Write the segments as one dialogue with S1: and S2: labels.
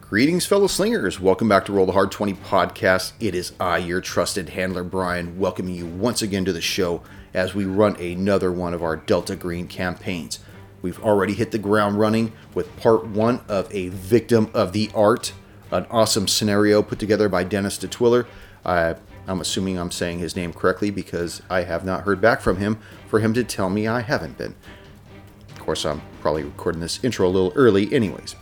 S1: Greetings, fellow slingers. Welcome back to Roll the Hard 20 podcast. It is I, your trusted handler, Brian, welcoming you once again to the show as we run another one of our Delta Green campaigns. We've already hit the ground running with part one of A Victim of the Art, an awesome scenario put together by Dennis DeTwiller. Uh, I'm assuming I'm saying his name correctly because I have not heard back from him for him to tell me I haven't been. Of course, I'm probably recording this intro a little early, anyways.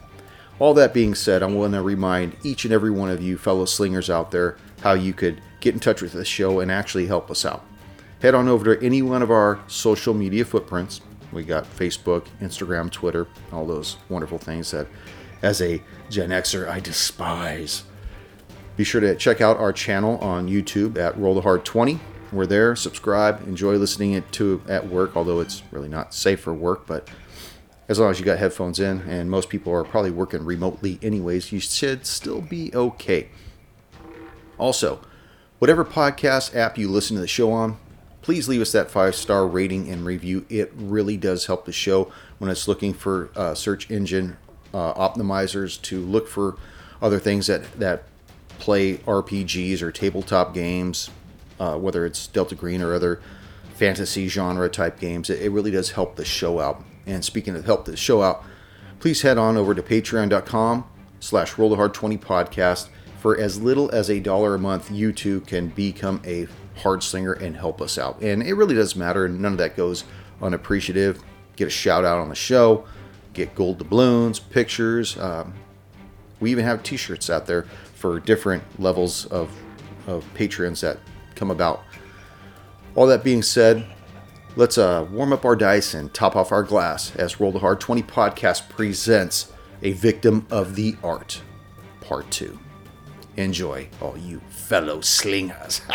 S1: All that being said, I want to remind each and every one of you, fellow slingers out there, how you could get in touch with the show and actually help us out. Head on over to any one of our social media footprints. We got Facebook, Instagram, Twitter, all those wonderful things that, as a Gen Xer, I despise. Be sure to check out our channel on YouTube at Roll the Hard 20. We're there. Subscribe. Enjoy listening it to at work, although it's really not safe for work, but as long as you got headphones in, and most people are probably working remotely anyways, you should still be okay. Also, whatever podcast app you listen to the show on, please leave us that five star rating and review. It really does help the show when it's looking for uh, search engine uh, optimizers to look for other things that, that play RPGs or tabletop games, uh, whether it's Delta Green or other fantasy genre type games. It, it really does help the show out. And speaking of help the show out, please head on over to patreon.com slash roll the hard 20 podcast for as little as a dollar a month you too can become a hard slinger and help us out and it really does matter and none of that goes unappreciative get a shout out on the show get gold doubloons pictures um, we even have t-shirts out there for different levels of, of patrons that come about all that being said Let's uh, warm up our dice and top off our glass as Roll the Hard 20 podcast presents A Victim of the Art, Part 2. Enjoy, all you fellow slingers.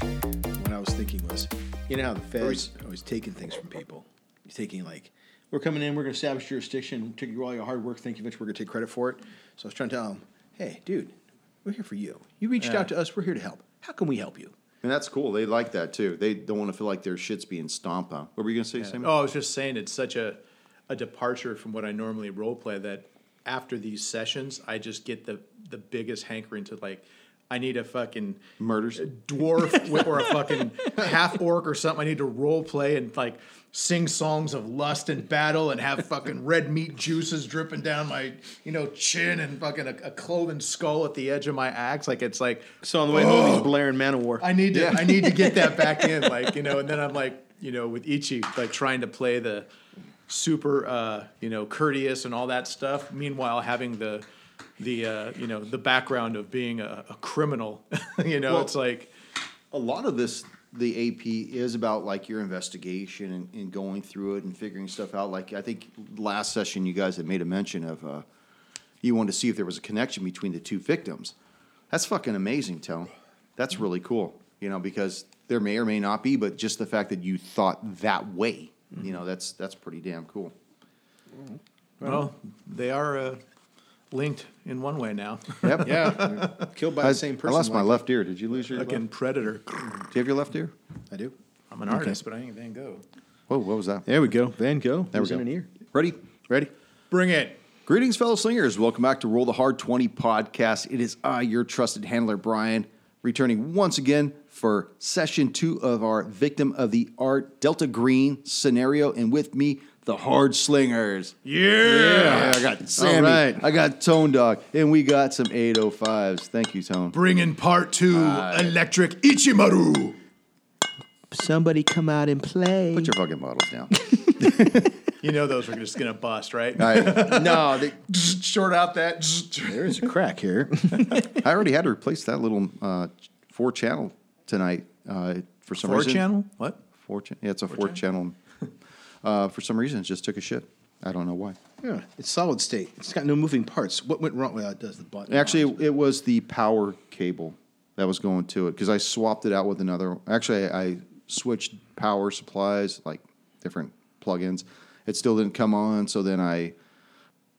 S2: what I was thinking was, you know how the feds are always taking things from people. You're taking like, we're coming in, we're going to establish jurisdiction, took you all your hard work, thank you very much, we're going to take credit for it. So I was trying to tell them, hey, dude, we're here for you. You reached out to us, we're here to help. How can we help you?
S3: And that's cool. They like that too. They don't want to feel like their shit's being stomped on. What were you gonna say, Sam?
S4: Oh, I was just saying it's such a, a departure from what I normally role play that after these sessions, I just get the, the biggest hankering to like, I need a fucking
S3: Murders.
S4: dwarf wi- or a fucking half orc or something. I need to role play and like sing songs of lust and battle and have fucking red meat juices dripping down my you know chin and fucking a, a cloven skull at the edge of my axe. Like it's like
S5: So on the way home,
S2: Oh.
S5: he's blaring Manowar.
S4: I need to I need to get that back in, like you know. And then I'm like, you know, with Ichi, like trying to play the super, uh, you know, courteous and all that stuff. Meanwhile, having the the uh, you know the background of being a, a criminal, you know,
S3: Well-
S4: it's like
S3: A lot of this, the AP is about like your investigation and, and going through it and figuring stuff out. Like I think last session, you guys had made a mention of uh, you wanted to see if there was a connection between the two victims. That's fucking amazing, Tone. That's really cool. You know, because there may or may not be, but just the fact that you thought that way, you know, that's that's pretty damn cool.
S4: well, they are uh, linked in one way now.
S3: Yep.
S2: Yeah. Killed by
S3: I,
S2: the same person.
S3: I lost my
S2: like-
S3: left ear. Did you lose your?
S4: Fucking
S3: left?
S4: predator.
S3: Do you have your left ear?
S2: I do.
S4: I'm an artist, but I ain't Van Gogh.
S3: Whoa, what was that?
S5: There we go. Van Gogh.
S3: There we
S5: Who's
S3: go.
S5: in an ear.
S3: Ready? Ready?
S4: Bring it.
S3: Greetings, fellow slingers. Welcome back to Roll the Hard 20 podcast. It is I, your trusted handler, Brian, returning once again for session two of our Victim of the Art Delta Green scenario. And with me, the Hard Slingers. Yeah. I got Sammy.
S5: right.
S3: I got Tone Dog. And we got some 805s. Thank you, Tone.
S4: Bring in part two, electric Ichimaru.
S5: Somebody come out and play.
S3: Put your fucking bottles down.
S4: You know those were just gonna bust, right?
S3: I, no, they,
S4: Short out that.
S5: there is a crack here.
S3: I already had to replace that little uh, four channel tonight uh, for some
S4: Four
S3: reason.
S4: channel? What?
S3: Four cha- yeah, it's a fourth channel. Uh, for some reason, it just took a shit. I don't know why.
S2: Yeah. It's solid state. It's got no moving parts. What went wrong? Well, it does the button.
S3: Actually, it, it was the power cable that was going to it because I swapped it out with another. Actually, I, I switched power supplies, like different plugins. It still didn't come on, so then I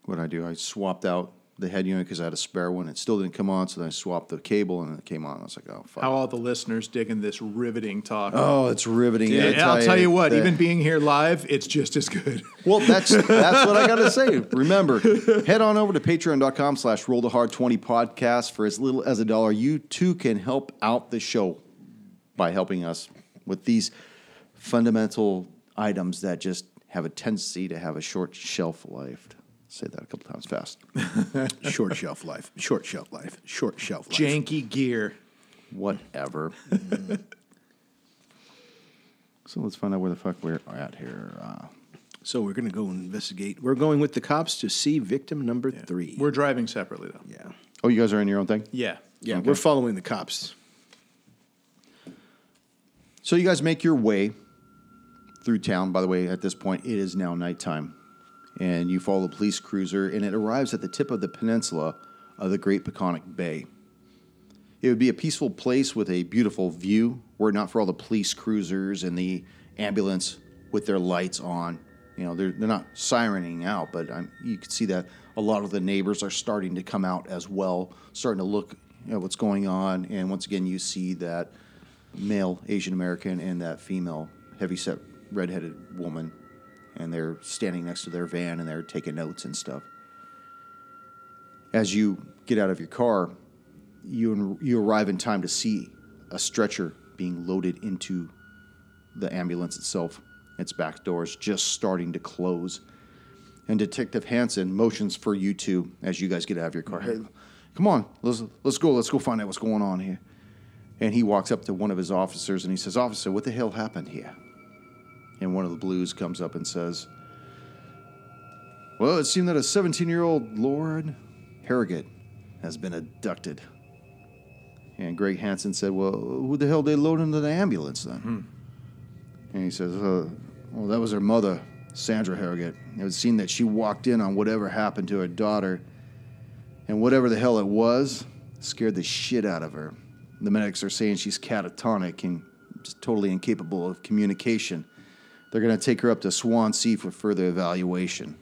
S1: what did I do? I swapped out the head unit because I had a spare one. It still didn't come on, so then I swapped the cable and it came on. I was like, oh, fuck.
S4: How all the listeners digging this riveting talk.
S1: oh, it's riveting.
S4: Yeah,
S1: I
S4: I'll tell you what,
S1: the-
S4: even being here live, it's just as good.
S1: Well, that's that's what I gotta say. Remember, head on over to patreon.com slash roll the hard 20 podcast for as little as a dollar. You too can help out the show by helping us with these fundamental items that just have a tendency to have a short shelf life. Say that a couple times fast.
S2: Short shelf life. Short shelf life. Short shelf life.
S4: Janky gear.
S1: Whatever. so let's find out where the fuck we're at here. Uh,
S2: So we're going to go investigate. We're going with the cops to see victim number three.
S4: We're driving separately though.
S2: yeah.
S1: oh, you guys are in your own thing?
S4: Yeah.
S2: Yeah, we're following the cops.
S1: So you guys make your way through town. By the way, at this point, it is now nighttime, and you follow the police cruiser, and it arrives at the tip of the peninsula of the Great Peconic Bay. It would be a peaceful place with a beautiful view, were it not for all the police cruisers and the ambulance with their lights on. You know, they're, they're not sirening out, but i you can see that a lot of the neighbors are starting to come out as well, starting to look at what's going on. And once again, you see that male Asian American and that female heavyset redheaded woman, and they're standing next to their van and they're taking notes and stuff. As you get out of your car, you you arrive in time to see a stretcher being loaded into the ambulance itself. Its back doors just starting to close, and Detective Hansen motions for you two as you guys get out of your car. Hey, come on, let's let's go. Let's go find out what's going on here. And he walks up to one of his officers and he says, Officer, what the hell happened here? And one of the blues comes up and says, Well, it seemed that a 17 year old Lord Harrogate has been abducted. And Greg Hansen said, Well, who the hell they load into the ambulance then? And he says, uh, Well, that was her mother, Sandra Harrogate. It would seem that she walked in on whatever happened to her daughter and whatever the hell it was scared the shit out of her. The medics are saying she's catatonic and just totally incapable of communication. They're going to take her up to Swansea for further evaluation.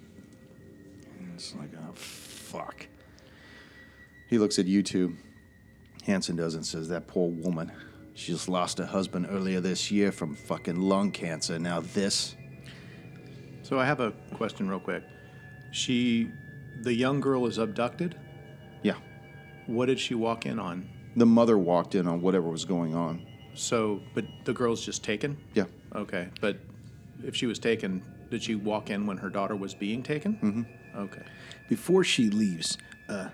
S1: And it's like, oh, fuck. He looks at you two. Hanson does and says, That poor woman. She just lost her husband earlier this year from fucking lung cancer. Now this.
S4: So I have a question real quick. She the young girl is abducted.
S1: Yeah.
S4: What did she walk in on?
S1: The mother walked in on whatever was going on.
S4: So but the girl's just taken?
S1: Yeah.
S4: Okay. But if she was taken, did she walk in when her daughter was being taken? Mm-hmm. Okay.
S2: Before she leaves, uh,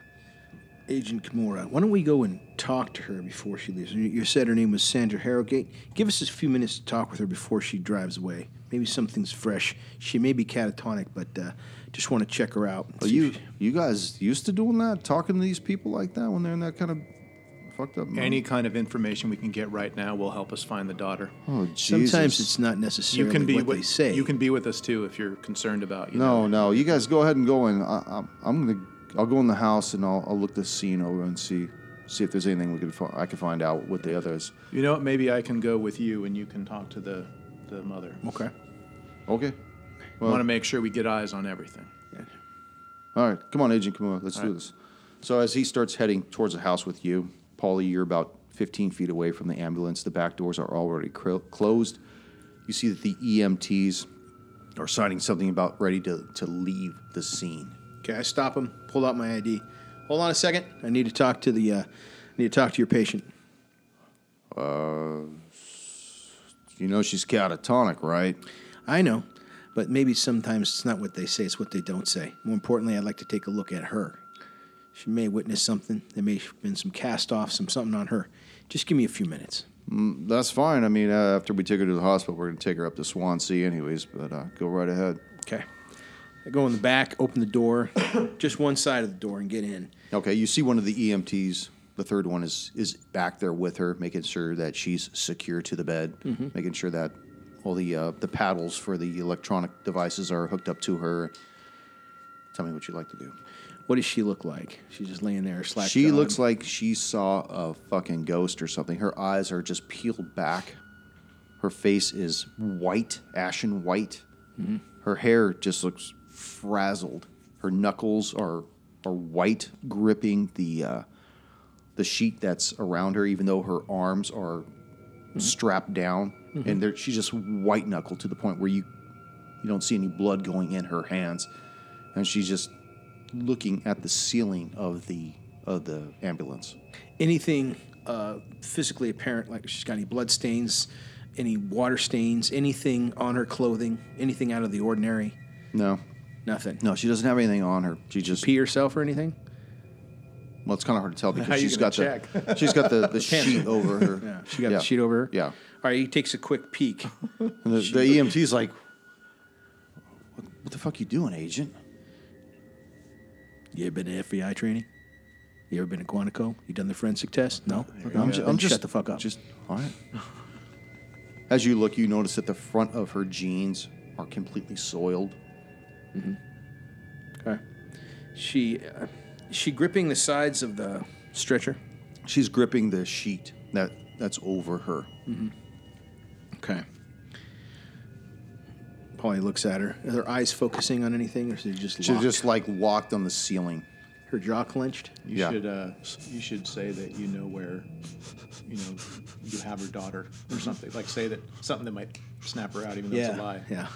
S2: Agent Kimura, why don't we go and talk to her before she leaves? You, you said her name was Sandra Harrogate. Give us a few minutes to talk with her before she drives away. Maybe something's fresh. She may be catatonic, but uh, just want to check her out. and
S1: Are
S2: see
S1: you
S2: if she-
S1: you guys used to doing that? Talking to these people like that when they're in that kind of fucked up
S4: Any kind of information we can get right now will help us find the daughter.
S1: Oh, Jesus.
S2: Sometimes it's not
S4: you
S2: necessarily
S4: can be
S2: what
S4: with,
S2: they say.
S4: You can be with us too if you're concerned about you
S1: No,
S4: know.
S1: no. You guys go ahead and go in. I, I'm, I'm gonna. I'll go in the house and I'll, I'll look the scene over and see see if there's anything we could fi- I can find out with the others.
S4: You know what? Maybe I can go with you and you can talk to the the mother.
S2: okay.
S1: Okay.
S4: I want to make sure we get eyes on everything.
S1: All right. Come on, Agent Kimura. Let's do this. So as he starts heading towards the house with you, Paulie, you're about 15 feet away from the ambulance. The back doors are already cr- closed. You see that the EMTs are signing something about ready to, to leave the scene.
S2: Okay, I stop him. Pull out my ID. Hold on a second. I need to talk to the. Uh, I need to talk to your patient.
S1: You know she's catatonic, right?
S2: I know, but maybe sometimes it's not what they say, it's what they don't say. More importantly, I'd like to take a look at her. She may witness something. There may have been some cast off, some something on her. Just give me a few minutes.
S1: That's fine. I mean, uh, after we take her to the hospital, we're going to take her up to Swansea, anyways. But uh, go right ahead.
S2: Okay. I go in the back, open the door, just one side of the door, and get in.
S1: Okay. You see one of the EMTs. The third one is is back there with her, making sure that she's secure to the bed, making sure that all the uh, the paddles for the electronic devices are hooked up to her. Tell me what you'd like to do.
S2: What does she look like? She's just laying there, slack.
S1: she looks like she saw a fucking ghost or something. Her eyes are just peeled back. Her face is white, ashen white. Her hair just looks frazzled. Her knuckles are are white, gripping the uh, the sheet that's around her, even though her arms are strapped down, and they're, she's just white knuckled to the point where you you don't see any blood going in her hands, and she's just looking at the ceiling of the of the ambulance.
S2: anything uh, physically apparent, like she's got any blood stains, any water stains, anything on her clothing, anything out of the ordinary,
S1: No,
S2: nothing.
S1: no, she doesn't have anything on her. She just
S2: Pee herself or anything?
S1: Well, it's kind of hard to tell
S4: How
S1: because
S4: you
S1: she's
S4: gonna
S1: got the she's got the, the sheet over her.
S2: Yeah, she got the sheet over her.
S1: Yeah,
S2: All right, he takes a quick peek.
S1: and the, the EMT's like, what, "What the fuck you doing, agent?"
S2: you ever been to FBI training? You ever been to Quantico? You done the forensic test? No. Okay,
S1: I'm,
S2: I'm,
S1: ju-
S2: just,
S1: I'm just
S2: shut the fuck up.
S1: Just all right. As you look, you notice that the front of her jeans are completely soiled.
S2: Okay. She, uh, is she gripping the sides of the stretcher.
S1: She's gripping the sheet that that's over her.
S2: Okay. Polly looks at her. Are their eyes focusing on anything, or is it just
S1: She's
S2: locked?
S1: just like locked on the ceiling.
S2: her jaw clenched?
S4: You
S1: Yeah.
S4: should uh, you should say that you know where you know you have her daughter or something. Like say that something that might snap her out, even though it's a lie.
S2: Yeah.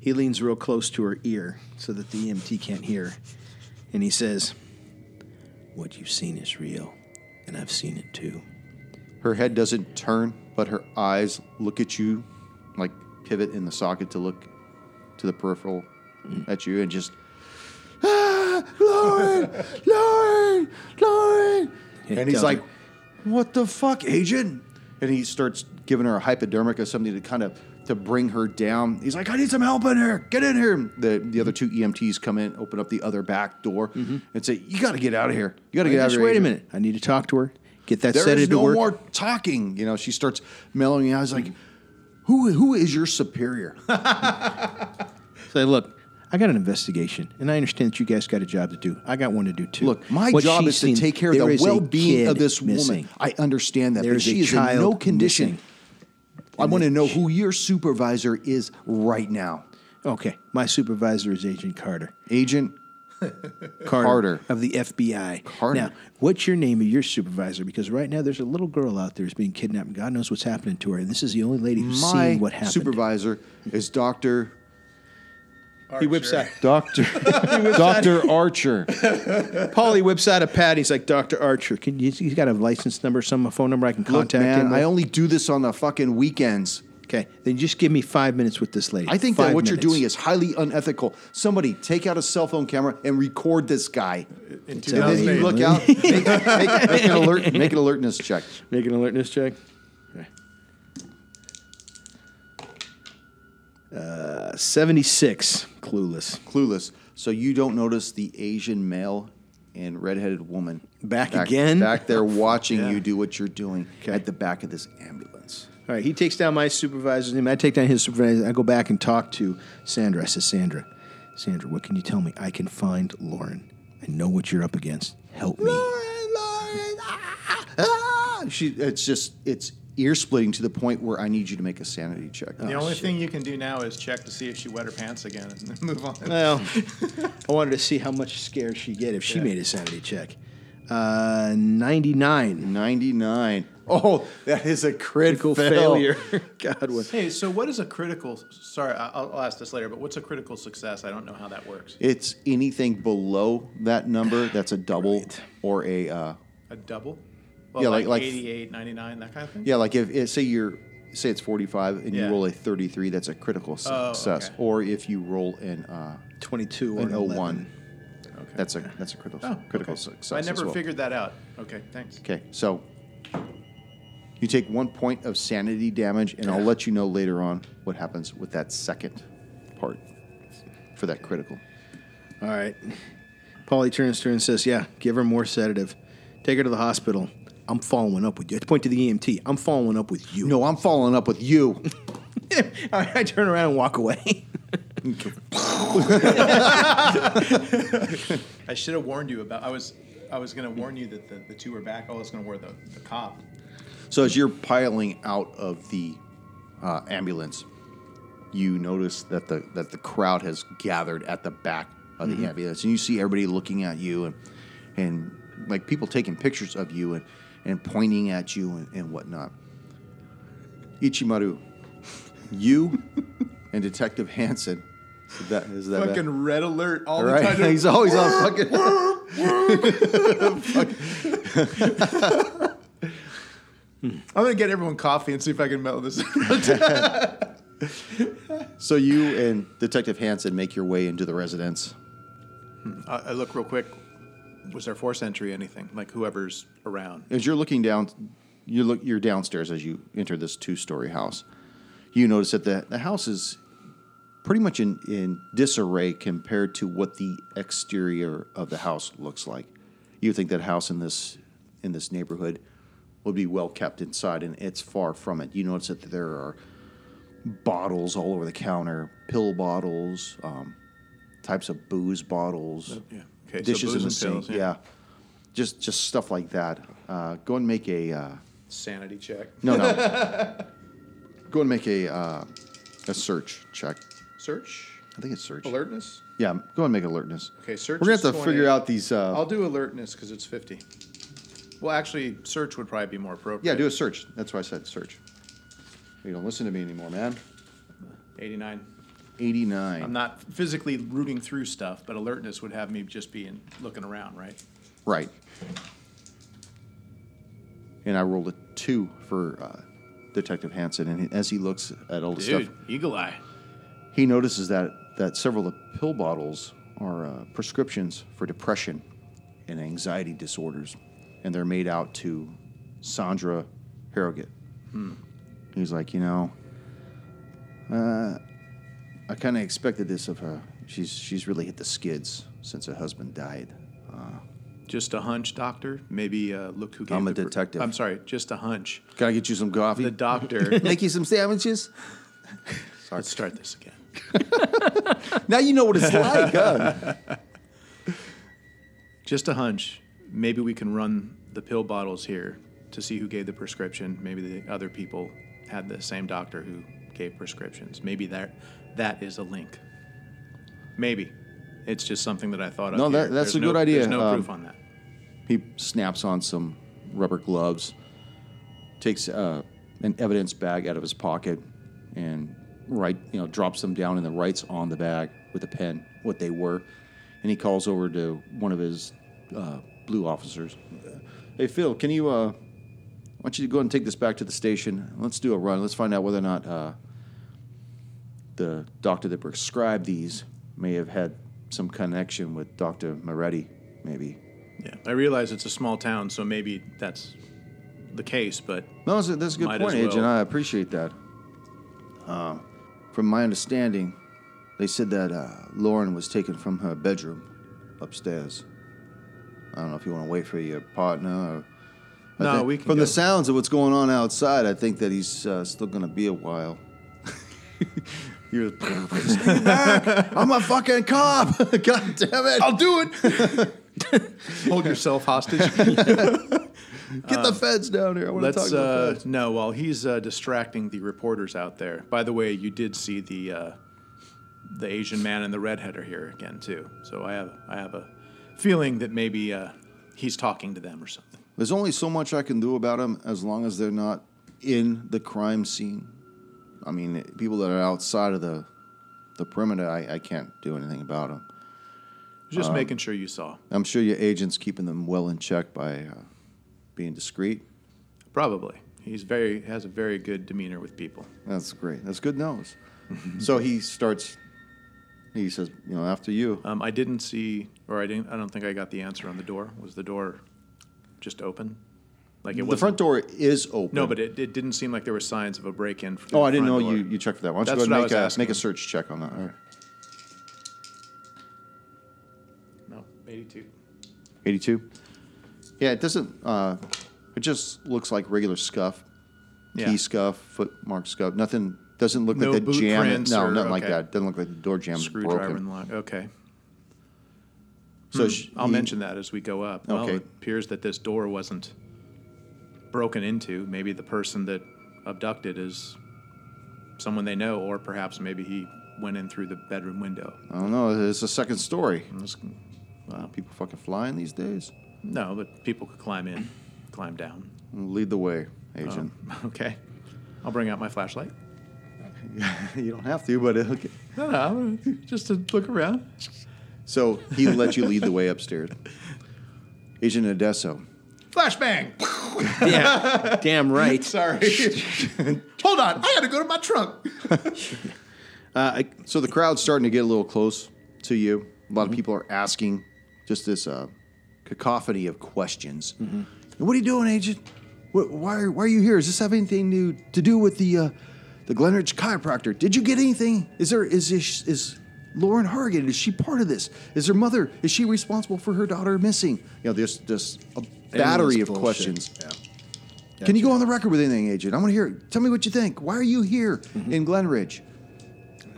S2: He leans real close to her ear so that the EMT can't hear. And he says, What you've seen is real, and I've seen it too.
S1: Her head doesn't turn, but her eyes look at you, like pivot in the socket to look to the peripheral
S2: Mm.
S1: at you, and just ah, Lauren, Lauren, Lauren,
S2: Yeah,
S1: and he's
S2: tell
S1: like,
S2: her.
S1: "What the fuck, agent?" And he starts giving her a hypodermic or something to kind of to bring her down. He's like, "I need some help in here. Get in here." The the other two EMTs come in, open up the other back door, and say, "You got to get out of here. You got to get out of here."
S2: Just Mm-hmm. wait a
S1: agent."
S2: minute. I need to talk to her. Get that
S1: There is
S2: sedative to
S1: no
S2: work.
S1: more talking. You know, she starts mellowing out. I was like, who who is your superior?
S2: Say, look, I got an investigation, and I understand that you guys got a job to do. I got one to do too.
S1: Look, my
S2: What
S1: job
S2: she's
S1: is
S2: seen-
S1: to take care of
S2: there
S1: the
S2: is a
S1: well being
S2: kid
S1: of this
S2: missing.
S1: woman. I understand that,
S2: There's
S1: but she
S2: a
S1: is in no
S2: child
S1: condition.
S2: missing.
S1: I want to know who your supervisor is right now.
S2: Okay, my supervisor is Agent Carter.
S1: Agent,
S2: Carter,
S1: Carter.
S2: of the FBI.
S1: Carter.
S2: Now, what's your name of your supervisor? Because right now there's a little girl out there who's being kidnapped. and God knows what's happening to her, and this is the only lady who's
S1: my
S2: seen what happened.
S1: supervisor is Dr.
S2: He whips out.
S1: Dr. Dr. Archer.
S2: Polly whips out a pad. He's like, Doctor Archer, can you, he's got a license number, some a phone number I can
S1: Look,
S2: contact him.
S1: man,
S2: with?
S1: I only do this on the fucking weekends.
S2: okay, then just give me five minutes with this lady.
S1: I think
S2: Five
S1: that what
S2: minutes.
S1: you're doing is highly unethical. Somebody take out a cell phone camera and record this guy. And
S2: a-
S4: In
S1: then you
S4: 2008,
S1: look out, make, make- make an alert, make an alertness check.
S2: Make an alertness check. Okay. Uh, 76. Clueless.
S1: Clueless. So you don't notice the Asian male and redheaded woman
S2: Back again?
S1: back there watching you do what you're doing at the back of this ambulance.
S2: All right, he takes down my supervisor's name. I take down his supervisor. I go back and talk to Sandra. I says, Sandra, Sandra, what can you tell me? I can find Lauren. I know what you're up against. Help me.
S4: ah,
S1: She, it's just it's ear splitting to the point where I need you to make a sanity check.
S4: the only thing you can do now is check to see if she wet her pants again and then move on.
S2: Well, I wanted to see how much scared she'd get if she made a sanity check. Uh, 99.
S1: 99. Oh, that is a critical
S2: failure. God, what?
S4: Hey, so what is a critical? Sorry, I- I'll, I'll ask this later. But what's a critical success? I don't know how that works.
S1: It's anything below that number that's a double or a uh,
S4: A double? Well,
S1: Yeah, like-
S4: like,
S1: like-
S4: 88, 99, that kind of thing.
S1: yeah. Like if, if say you're say it's 45 and
S4: Yeah.
S1: you roll a 33, that's a critical
S4: Oh,
S1: success.
S4: okay.
S1: Or if you roll an uh,
S2: 22 or
S1: an 01,
S2: 01.
S1: that's a that's a critical
S4: Oh,
S1: critical
S4: okay.
S1: success.
S4: I
S1: as
S4: never
S1: well.
S4: figured that out. Okay, thanks.
S1: Okay, so you take one point of sanity damage, and I'll let you know later on what happens with that second part for that critical.
S2: All right. Polly turns to her and says, Yeah, give her more sedative. Take her to the hospital. I'm following up with you. I point to the EMT. I'm following up with you.
S1: No, I'm following up with you.
S2: I, I turn around and walk away.
S4: I should have warned you about. I was I was going to warn you that the, the two were back. I was going to warn the, the cop.
S1: So as you're piling out of the uh, ambulance, you notice that the that the crowd has gathered at the back of the ambulance, and you see everybody looking at you and and like people taking pictures of you and and pointing at you and, and whatnot. Ichimaru, you and Detective Hansen. Is that, is that bad?
S4: Fucking red alert
S1: All
S4: all
S1: right,
S4: the time.
S1: he's always on fucking.
S4: I'm gonna get everyone coffee and see if I can melt this.
S1: So you and Detective Hansen make your way into the residence.
S4: I, I look real quick. Was there force entry? Anything like whoever's around?
S1: As you're looking down, you look you're downstairs as you enter this two-story house. You notice that the, the house is pretty much in, in disarray compared to what the exterior of the house looks like. You think that house in this in this neighborhood would be well kept inside, and it's far from it. You notice that there are bottles all over the counter, pill bottles, um, types of booze bottles,
S4: yeah. Okay, so
S1: dishes in the
S4: booze and
S1: sink,
S4: pills,
S1: yeah.
S4: yeah.
S1: just just stuff like that. Uh, go and make a uh,
S4: Sanity check.
S1: no no. go and make a uh, a search check.
S4: Search.
S1: I think it's search.
S4: Alertness.
S1: Yeah, go and make alertness.
S4: Okay, search
S1: We're gonna
S4: is
S1: have to
S4: 20.
S1: figure out these. Uh,
S4: I'll do alertness because it's 50. Well, actually, search would probably be more appropriate.
S1: yeah, do a search. That's why I said search. You don't listen to me anymore, man.
S4: 89.
S1: Eighty-nine.
S4: I'm not physically rooting through stuff, but alertness would have me just being looking around, right?
S1: right. And I rolled a two for uh, Detective Hansen, and as he looks at all the
S4: Dude,
S1: stuff,
S4: eagle eye.
S1: he notices that that several of the pill bottles are uh, prescriptions for depression and anxiety disorders, and they're made out to Sandra Harrogate. Hmm. He's like, you know, uh, I kind of expected this of her. She's she's really hit the skids since her husband died.
S4: Just a hunch, doctor. Maybe uh, look who gave
S1: I'm a
S4: the pr-
S1: detective.
S4: I'm sorry, just a hunch.
S1: Can I get you some coffee?
S4: The doctor.
S1: Make you some sandwiches.
S4: Let's start this again.
S1: Now you know what it's like, huh?
S4: Just a hunch. Maybe we can run the pill bottles here to see who gave the prescription. Maybe the other people had the same doctor who gave prescriptions. Maybe that that is a link. Maybe. It's just something that I thought of.
S1: No, that-
S4: here.
S1: that's
S4: There's
S1: a
S4: no-
S1: good idea.
S4: There's no
S1: Um,
S4: proof on that.
S1: He snaps on some rubber gloves, takes uh, an evidence bag out of his pocket, and right, you know, drops them down and then writes on the bag with a pen what they were, and he calls over to one of his uh, blue officers. Hey, Phil, can you? Uh, why don't you go and take this back to the station? Let's do a run. Let's find out whether or not uh, the doctor that prescribed these may have had some connection with Doctor Moretti, maybe.
S4: Yeah. I realize it's a small town, so maybe that's the case, but
S1: No, that's a, that's a good
S4: Might
S1: point,
S4: as well.
S1: Agent. I appreciate that. Uh, from my understanding, they said that uh, Lauren was taken from her bedroom upstairs. I don't know if you want to wait for your partner. Or, I
S4: No,
S1: think-
S4: we can
S1: From the
S4: go.
S1: sounds of what's going on outside, I think that he's uh, still going to be a while. You're Stay back. I'm a fucking cop. God damn it! I'll do it.
S4: hold yourself hostage.
S1: Get the feds down here. I want to talk
S4: Uh, Let's
S1: to the
S4: uh,
S1: feds.
S4: no. While he's uh, distracting the reporters out there. By the way, you did see the uh, the Asian man and the redhead are here again too. So I have I have a feeling that maybe uh, he's talking to them or something.
S1: There's only so much I can do about them as long as they're not in the crime scene. I mean, people that are outside of the the perimeter, I, I can't do anything about them.
S4: Just
S1: Um,
S4: making sure you saw.
S1: I'm sure your agent's keeping them well in check by uh, being discreet.
S4: Probably he's very has a very good demeanor with people.
S1: That's great. That's good news. so he starts. He says, "You know, after you."
S4: Um, I didn't see, or I didn't. I don't think I got the answer on the door. Was the door just open? Like it
S1: The
S4: was
S1: front door is open.
S4: No, but it, it didn't seem like there were signs of a break in.
S1: oh, I didn't know you, you checked for that. Why don't
S4: That's
S1: you go
S4: what I
S1: ahead and make
S4: was
S1: a, make a
S4: asking.
S1: search check on that? All right.
S4: No, eighty-two.
S1: 82. Yeah, it doesn't. Uh, it just looks like regular scuff.
S4: Yeah.
S1: key scuff, footmark scuff. Nothing doesn't look
S4: No
S1: like the
S4: boot
S1: jam.
S4: prints
S1: No,
S4: or-
S1: nothing like
S4: okay.
S1: that. Doesn't look like the door jam is
S4: Screwdriver
S1: broken.
S4: and lock. Okay.
S1: So sh-
S4: I'll
S1: he-
S4: mention that as we go up. Well,
S1: Okay.
S4: it appears that this door wasn't broken into. Maybe the person that abducted is someone they know, or perhaps maybe he went in through the bedroom window.
S1: I don't know. It's a second story.
S4: It was- Wow.
S1: People fucking flying these days.
S4: No, but people could climb in, climb down.
S1: Lead the way, agent.
S4: Okay. I'll bring out my flashlight. Oh.
S1: you don't have to, but okay.
S4: No, no, just to look around.
S1: So he let you lead the way upstairs. Agent Edesso.
S4: Flashbang!
S2: Yeah, damn right.
S4: Sorry. Hold on, I gotta go to my trunk.
S1: Uh, So the crowd's starting to get a little close to you. A lot of people are asking just this uh, cacophony of questions. What are you doing, Agent? Wh- Why are, why are you here? Does this have anything to, to do with the uh, the Glenridge chiropractor? Did you get anything? Is there is is, is Lauren Hargan? Is she part of this? Is her mother? Is she responsible for her daughter missing? You know, there's just a battery of
S2: bullshit.
S1: questions. Can you go on the record with anything, Agent? I want to hear. it. Tell me what you think. Why are you here in Glenridge?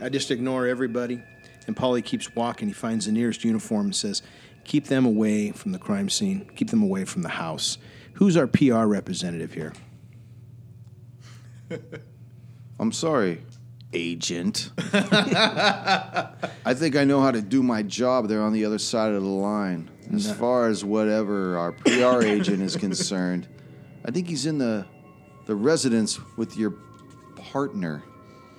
S2: I just ignore everybody. And Polly keeps walking. He finds the nearest uniform and says, Keep them away from the crime scene. Keep them away from the house. Who's our PR representative here?
S1: I'm sorry, agent. I think I know how to do my job there on the other side of the line. As far as whatever our PR agent is concerned, I think he's in the the residence with your partner.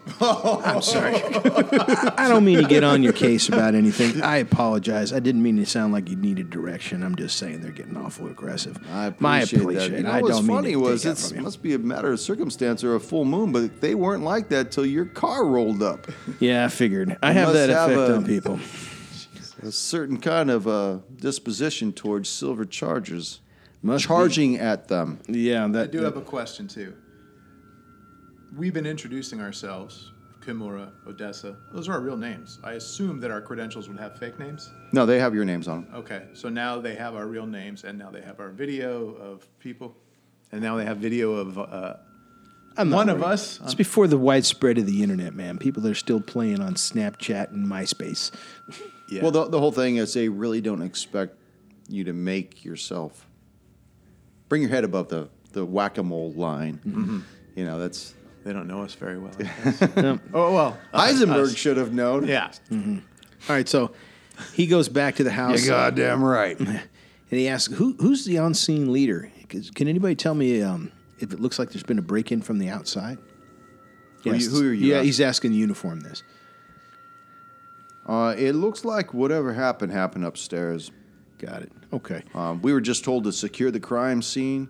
S2: I don't mean to get on your case about anything. I apologize. I didn't mean to sound like you needed direction. I'm just saying they're getting awful aggressive.
S1: I appreciate
S2: My
S1: that.
S2: appreciation.
S1: You know
S2: I
S1: what's
S2: don't mean
S1: funny
S2: to
S1: was
S2: take that
S1: it
S2: from you.
S1: must be a matter of circumstance or a full moon, but they weren't like that till your car rolled up.
S2: Yeah, I figured. I have
S1: must
S2: that
S1: have
S2: effect
S1: a-
S2: on people.
S1: A certain kind of uh, disposition towards silver chargers,
S2: Must be.
S1: charging at them.
S2: Yeah, that.
S4: I do have a question too. We've been introducing ourselves, Kimura, Odessa. Those are our real names. I assume that our credentials would have fake names.
S1: No, they have your names on them.
S4: Okay, so now they have our real names, and now they have our video of people, and now they have video of uh,
S2: I'm not
S4: one of
S2: worried.
S4: us. Uh,
S2: It's before the widespread of the internet, man. People are still playing on Snapchat and MySpace.
S4: Yeah.
S1: Well, the, the whole thing is they really don't expect you to make yourself bring your head above the, the whack a mole line.
S4: Mm-hmm.
S1: You know, that's
S4: they don't know us very well. I guess. oh well,
S1: Heisenberg should have known.
S4: yeah.
S2: All right, so he goes back to the house.
S1: goddamn right.
S2: And he asks, Who, "Who's the on-scene leader? 'Cause Can anybody tell me um, if it looks like there's been a break-in from the outside?"
S1: Who are you- who are you
S2: Yeah,
S1: asking?
S2: he's asking the uniform this.
S1: Uh, it looks like whatever happened happened upstairs.
S2: Got it. Okay.
S1: Um, we were just told to secure the crime scene,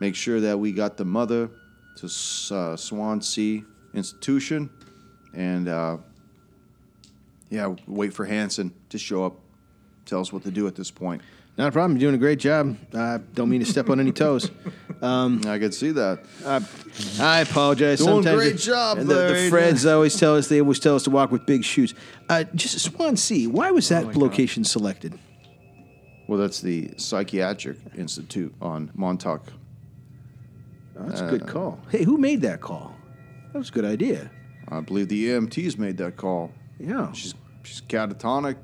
S1: make sure that we got the mother to S- uh, Swansea Institution, and uh, yeah, wait for Hanson to show up. Tell us what to do at this point.
S2: Not a problem. You're doing a great job. I don't mean to step on any toes.
S4: Mm.
S1: I could see that.
S2: I apologize.
S1: Doing
S2: Sometimes
S1: great
S2: it-
S1: job
S2: the,
S1: there,
S2: the Freds always tell us they always tell us to walk with big shoes. Uh, just Swan Sea. Why
S1: Oh
S2: was that location selected?
S1: Well, that's the Psychiatric Institute on Montauk.
S2: Oh, that's
S1: Uh,
S2: a good call. Hey, who made that call? That was a good idea.
S1: I believe the E EMTs made that call.
S2: Yeah,
S1: She's she's catatonic.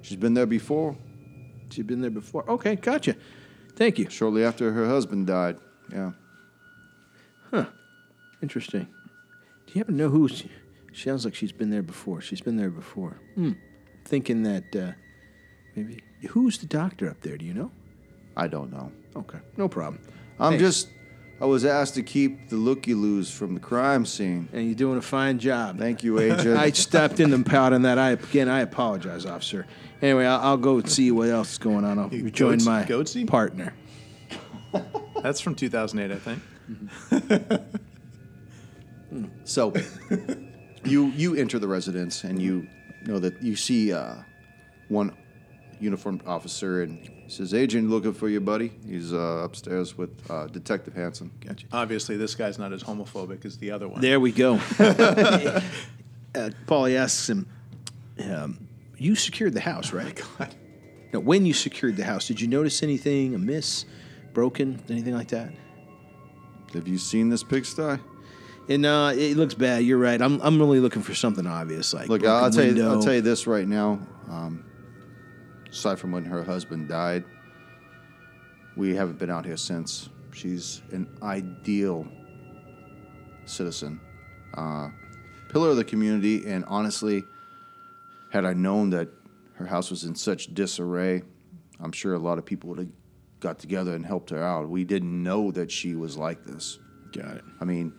S1: She's been there before.
S2: she'd been there before. Okay, gotcha. Thank you.
S1: Shortly after her husband died. Yeah.
S2: Interesting. Do you happen to know who? She, sounds like she's been there before. She's been there before. Hmm. Thinking that uh, maybe who's the doctor up there? Do you know?
S1: I don't know.
S2: Okay, no problem.
S1: I'm
S2: Hey.
S1: just. I was asked to keep the looky loos from the crime scene.
S2: And you're doing a fine job.
S1: Thank you, Agent.
S2: I stepped in the pot on that. I again, I apologize, officer. Anyway, I'll, I'll go see what else is going on. I'll join
S4: goatsy-
S2: my
S4: goatsy?
S2: partner.
S4: That's from 2008, I think.
S1: So, you you enter the residence and you know that you see uh, one uniformed officer and he says, "Agent, looking for you, buddy. He's uh, upstairs with uh, Detective Hanson." Gotcha.
S4: Obviously, this guy's not as homophobic as the other one.
S2: There we go. uh, Paulie asks him, um, "You secured the house, right?
S1: Oh
S4: God.
S2: Now, when you secured the house, did you notice anything amiss, broken, anything like that?"
S1: Have you seen this pigsty?
S2: And uh, it looks bad. You're right. I'm, I'm really looking for something obvious, like
S1: Look,
S2: broken
S1: I'll tell you. I'll
S2: window.
S1: tell you this right now. Um, aside from when her husband died, we haven't been out here since. She's an ideal citizen. Uh, pillar of the community. And honestly, had I known that her house was in such disarray, I'm sure a lot of people would have got together and helped her out. We didn't know that she was like this.
S6: Got it.
S1: I mean,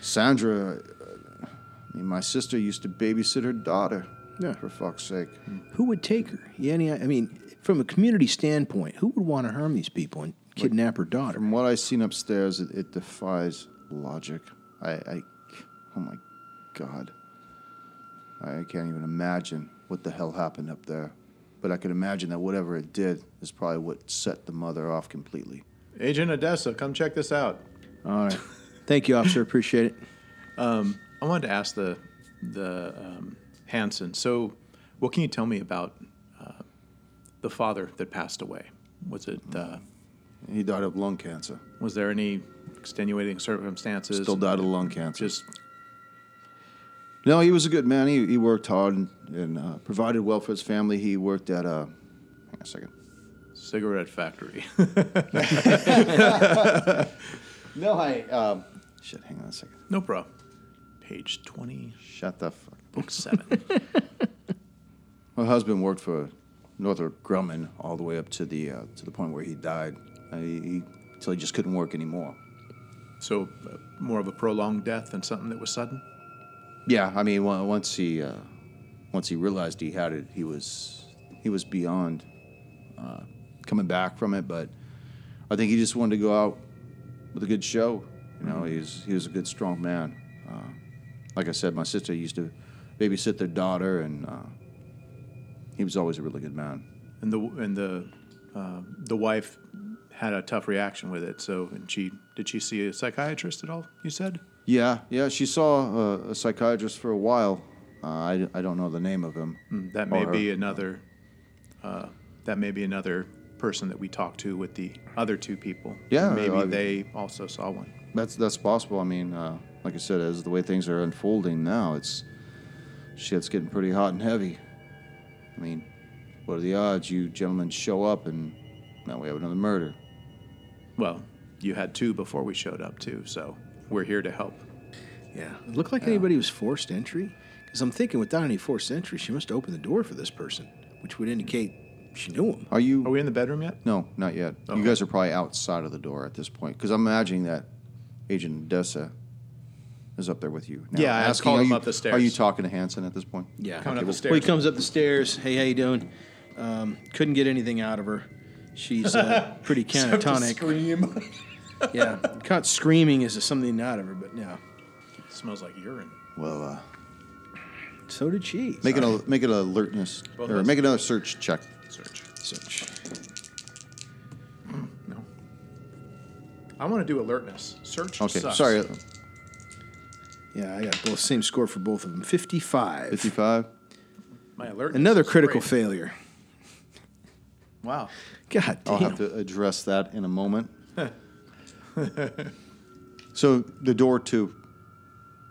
S1: Sandra, uh, I mean, my sister used to babysit her daughter.
S6: Yeah.
S1: For fuck's sake.
S2: Who would take her? Yeah, any, I mean, from a community standpoint, who would want to harm these people and kidnap her daughter?
S1: From what I've seen upstairs, it, it defies logic. I, I, oh my God. I can't even imagine what the hell happened up there. But I could imagine that whatever it did is probably what set the mother off completely.
S4: Agent Odessa, come check this out.
S2: All right. Thank you, officer. Appreciate it.
S4: I wanted to ask the the um, Hanson. So, what can you tell me about uh, the father that passed away? Was it uh,
S1: He died of lung cancer.
S4: was there any extenuating circumstances?
S1: Still died of lung cancer.
S4: Just
S1: No, he was a good man. He, he worked hard and, and uh, provided well for his family. He worked at a. Hang on a second.
S4: cigarette factory.
S1: No, I. Um, shit, hang on a second.
S4: no problem. Page twenty,
S1: Shut the fuck.
S4: book seven.
S1: My husband worked for Northrop Grumman all the way up to the uh, to the point where he died. Uh, he, he till he just couldn't work anymore.
S4: so, uh, more of a prolonged death than something that was sudden.
S1: Yeah, I mean, on- once he uh, once he realized he had it, he was he was beyond uh, coming back from it. But I think he just wanted to go out with a good show. You know, he was he was a good, strong man. Uh, like I said, my sister used to babysit their daughter, and uh, he was always a really good man.
S4: and the and the uh, the wife had a tough reaction with it. So, and she did she see a psychiatrist at all? You said
S1: Yeah, yeah, she saw a, a psychiatrist for a while. Uh, I, I don't know the name of him.
S4: Mm, that
S1: or
S4: may
S1: her.
S4: be another uh, that may be another person that we talked to with the other two people.
S1: Yeah,
S4: maybe
S1: I-
S4: they also saw one.
S1: That's that's possible. I mean, uh, like I said, as the way things are unfolding now, it's shit's getting pretty hot and heavy. I mean, what are the odds you gentlemen show up and now we have another murder?
S4: Well, you had two before we showed up too, so we're here to help.
S2: Yeah. It looked like anybody was forced entry. Because I'm thinking, without any forced entry, she must open the door for this person, which would indicate she knew him.
S1: Are you?
S4: Are we in the bedroom yet?
S1: No, not yet. You guys are probably outside of the door at this point because I'm imagining that Agent Odessa is up there with you. Now,
S4: Yeah, I
S1: asking,
S4: called
S1: are
S4: him
S1: you-
S4: up the stairs.
S1: Are you talking to Hanson at this point?
S2: Yeah.
S4: Coming up the
S2: Well, he
S4: stairs.
S2: comes up the stairs. Hey, how you doing? Um, couldn't get anything out of her. She's uh, pretty catatonic.
S4: Scream.
S2: yeah, caught screaming is something out of her, but no.
S4: smells like urine.
S1: Well, uh,
S2: So did she.
S1: Make an al- make it an alertness
S4: Both
S1: or
S4: of
S1: make another search check.
S4: Search.
S2: Search.
S4: No. I want to do alertness. Search.
S1: Okay,
S4: sucks.
S1: sorry,
S2: Yeah, I got both same score for both of them. Fifty-five.
S1: fifty-five.
S4: My alertness.
S2: Another
S4: is
S2: critical
S4: great.
S2: failure.
S4: Wow.
S2: God damn.
S1: I'll have to address that in a moment. so the door to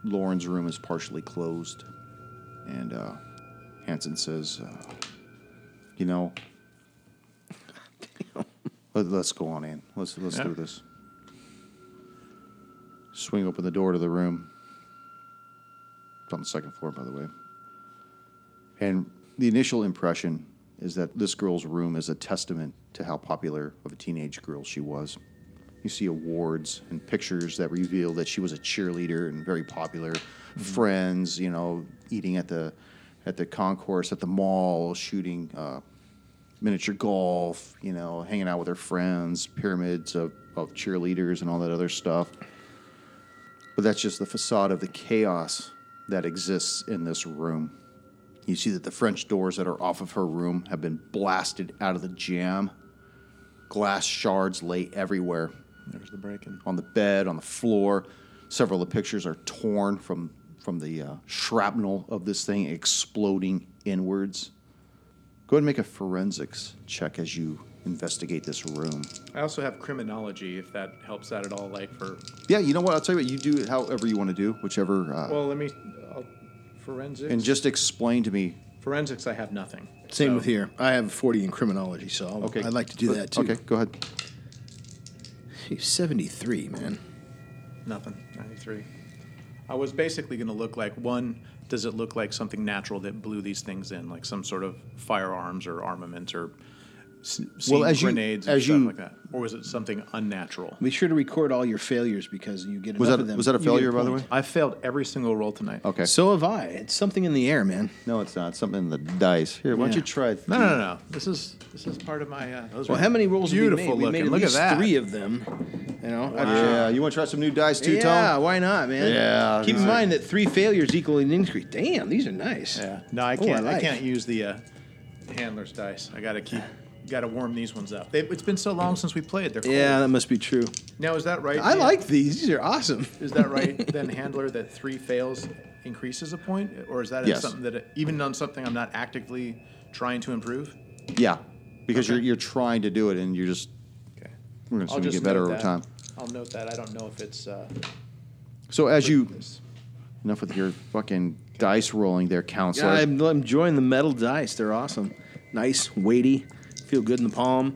S1: Lauren's room is partially closed, and uh, Hanson says, uh, "You know, let, us go on in. Let's let's
S4: Yeah.
S1: do this." Swing open the door to the room. It's on the second floor, by the way. And the initial impression is that this girl's room is a testament to how popular of a teenage girl she was. You see awards and pictures that reveal that she was a cheerleader and very popular. Friends, you know, eating at the at the concourse at the mall, shooting uh, miniature golf, you know, hanging out with her friends, pyramids of, of cheerleaders and all that other stuff. But that's just the facade of the chaos that exists in this room. You see that the French doors that are off of her room have been blasted out of the jam. Glass shards lay everywhere
S4: There's the break-in.
S1: on the bed, on the floor. Several of the pictures are torn from from the uh, shrapnel of this thing exploding inwards. Go ahead and make a forensics check as you investigate this room.
S4: I also have criminology, if that helps out at all. Like for
S1: Yeah, you know what? I'll tell you what. You do it however you want to do, whichever. Uh,
S4: well, let me I'll, forensics.
S1: and just explain to me.
S4: forensics, I have nothing.
S2: Same
S4: So,
S2: with here. I have forty in criminology, so I'll,
S1: Okay,
S2: I'd like to do
S1: but-
S2: that too.
S1: Okay, go ahead.
S2: Seventy-three, man.
S4: Nothing. Ninety-three. I was basically going to look like one. Does it look like something natural that blew these things in, like some sort of firearms or armament or s-
S1: Well,
S4: well,
S1: as you-
S4: grenades and
S1: as
S4: stuff
S1: you-
S4: like that, or was it something unnatural?
S2: Be sure to record all your failures because you get
S1: Was
S2: enough
S1: that-
S2: of them.
S1: was that a
S2: you get
S1: failure, by the
S2: point.
S1: way?
S4: I failed every single roll tonight.
S1: Okay.
S2: So have I. It's something in the air, man.
S1: No, it's not. Something in the dice. Here, why don't you
S2: Yeah.
S1: try?
S4: No, no, no, no. This is this is part of my. Uh, those
S2: Well,
S4: were
S2: how many rolls
S4: Beautiful
S2: have we made?
S4: looking.
S2: We made at
S4: Look
S2: least
S4: at that.
S2: three of them. You know, I've
S1: Yeah, you want to try some new dice, two
S2: Yeah,
S1: tone?
S2: why not, man?
S1: Yeah,
S2: Keep
S1: these
S2: in
S1: are-
S2: mind that three failures equal an increase. Damn, these are nice.
S4: Yeah. No, I
S2: Oh,
S4: can't. I,
S2: like.
S4: can't use the uh, handler's dice. I got to keep. Got to warm these ones up. They, it's been so long since we played. They're cold.
S2: Yeah, that must be true.
S4: Now is that right?
S2: I
S4: Dan?
S2: like these. These are awesome.
S4: Is that right? then handler that three fails increases a point, or is that
S1: Yes.
S4: something that even on something I'm not actively trying to improve?
S1: Yeah, because
S4: Okay.
S1: you're you're trying to do it, and you're just
S4: Okay.
S1: we're gonna, it's gonna get better over time.
S4: I'll note that. I don't know if it's. Uh,
S1: So as you
S4: fruitless.
S1: enough with your fucking dice rolling there, counselor.
S2: Yeah, I'm, I'm enjoying the metal dice. They're awesome. Nice, weighty, feel good in the palm,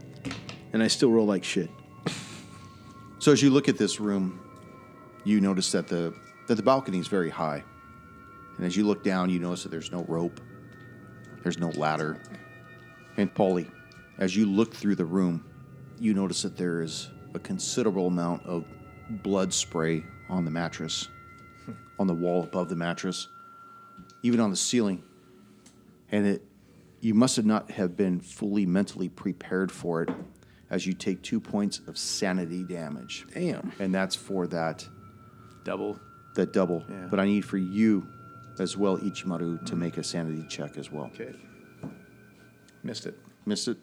S2: and I still roll like shit.
S1: So as you look at this room, you notice that the that the balcony is very high, and as you look down, you notice that there's no rope, there's no ladder, and Polly, as you look through the room, you notice that there is a considerable amount of blood spray on the mattress, on the wall above the mattress, even on the ceiling, and it you must have not have been fully mentally prepared for it as you take two points of sanity damage.
S2: Damn.
S1: And that's for that
S4: Double.
S1: that double.
S4: Yeah. Mm-hmm.
S1: But I need for you as well, Ichimaru, to make a sanity check as well.
S4: Okay. Missed it.
S1: Missed it?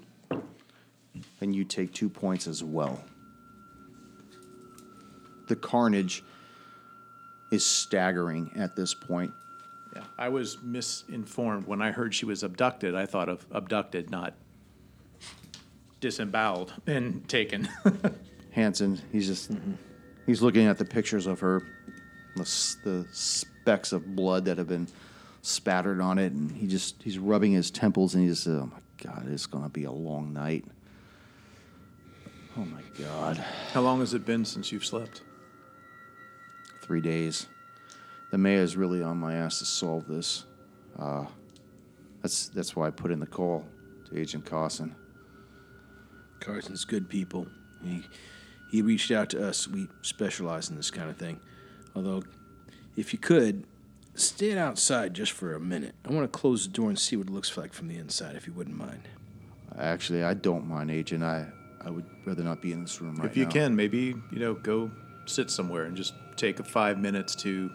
S1: And you take two points as well. The carnage is staggering at this point.
S4: Yeah. I was misinformed when I heard she was abducted. I thought of abducted, not disemboweled and taken.
S1: Hanson, he's just he's looking at the pictures of her, the, s- the specks of blood that have been spattered on it, and he just he's rubbing his temples and he's oh my god, it's gonna be a long night. Oh my god,
S4: How long has it been since you've slept?
S1: three days. The mayor's really on my ass to solve this. Uh, that's that's why I put in the call to Agent Carson.
S2: Carson's good people. He, he reached out to us. We specialize in this kind of thing. Although, if you could, stand outside just for a minute. I want to close the door and see what it looks like from the inside, if you wouldn't mind.
S1: Actually, I don't mind, Agent. I I would rather not be in this room right
S4: if you
S1: now.
S4: can, maybe you know, go sit somewhere and just take a five minutes to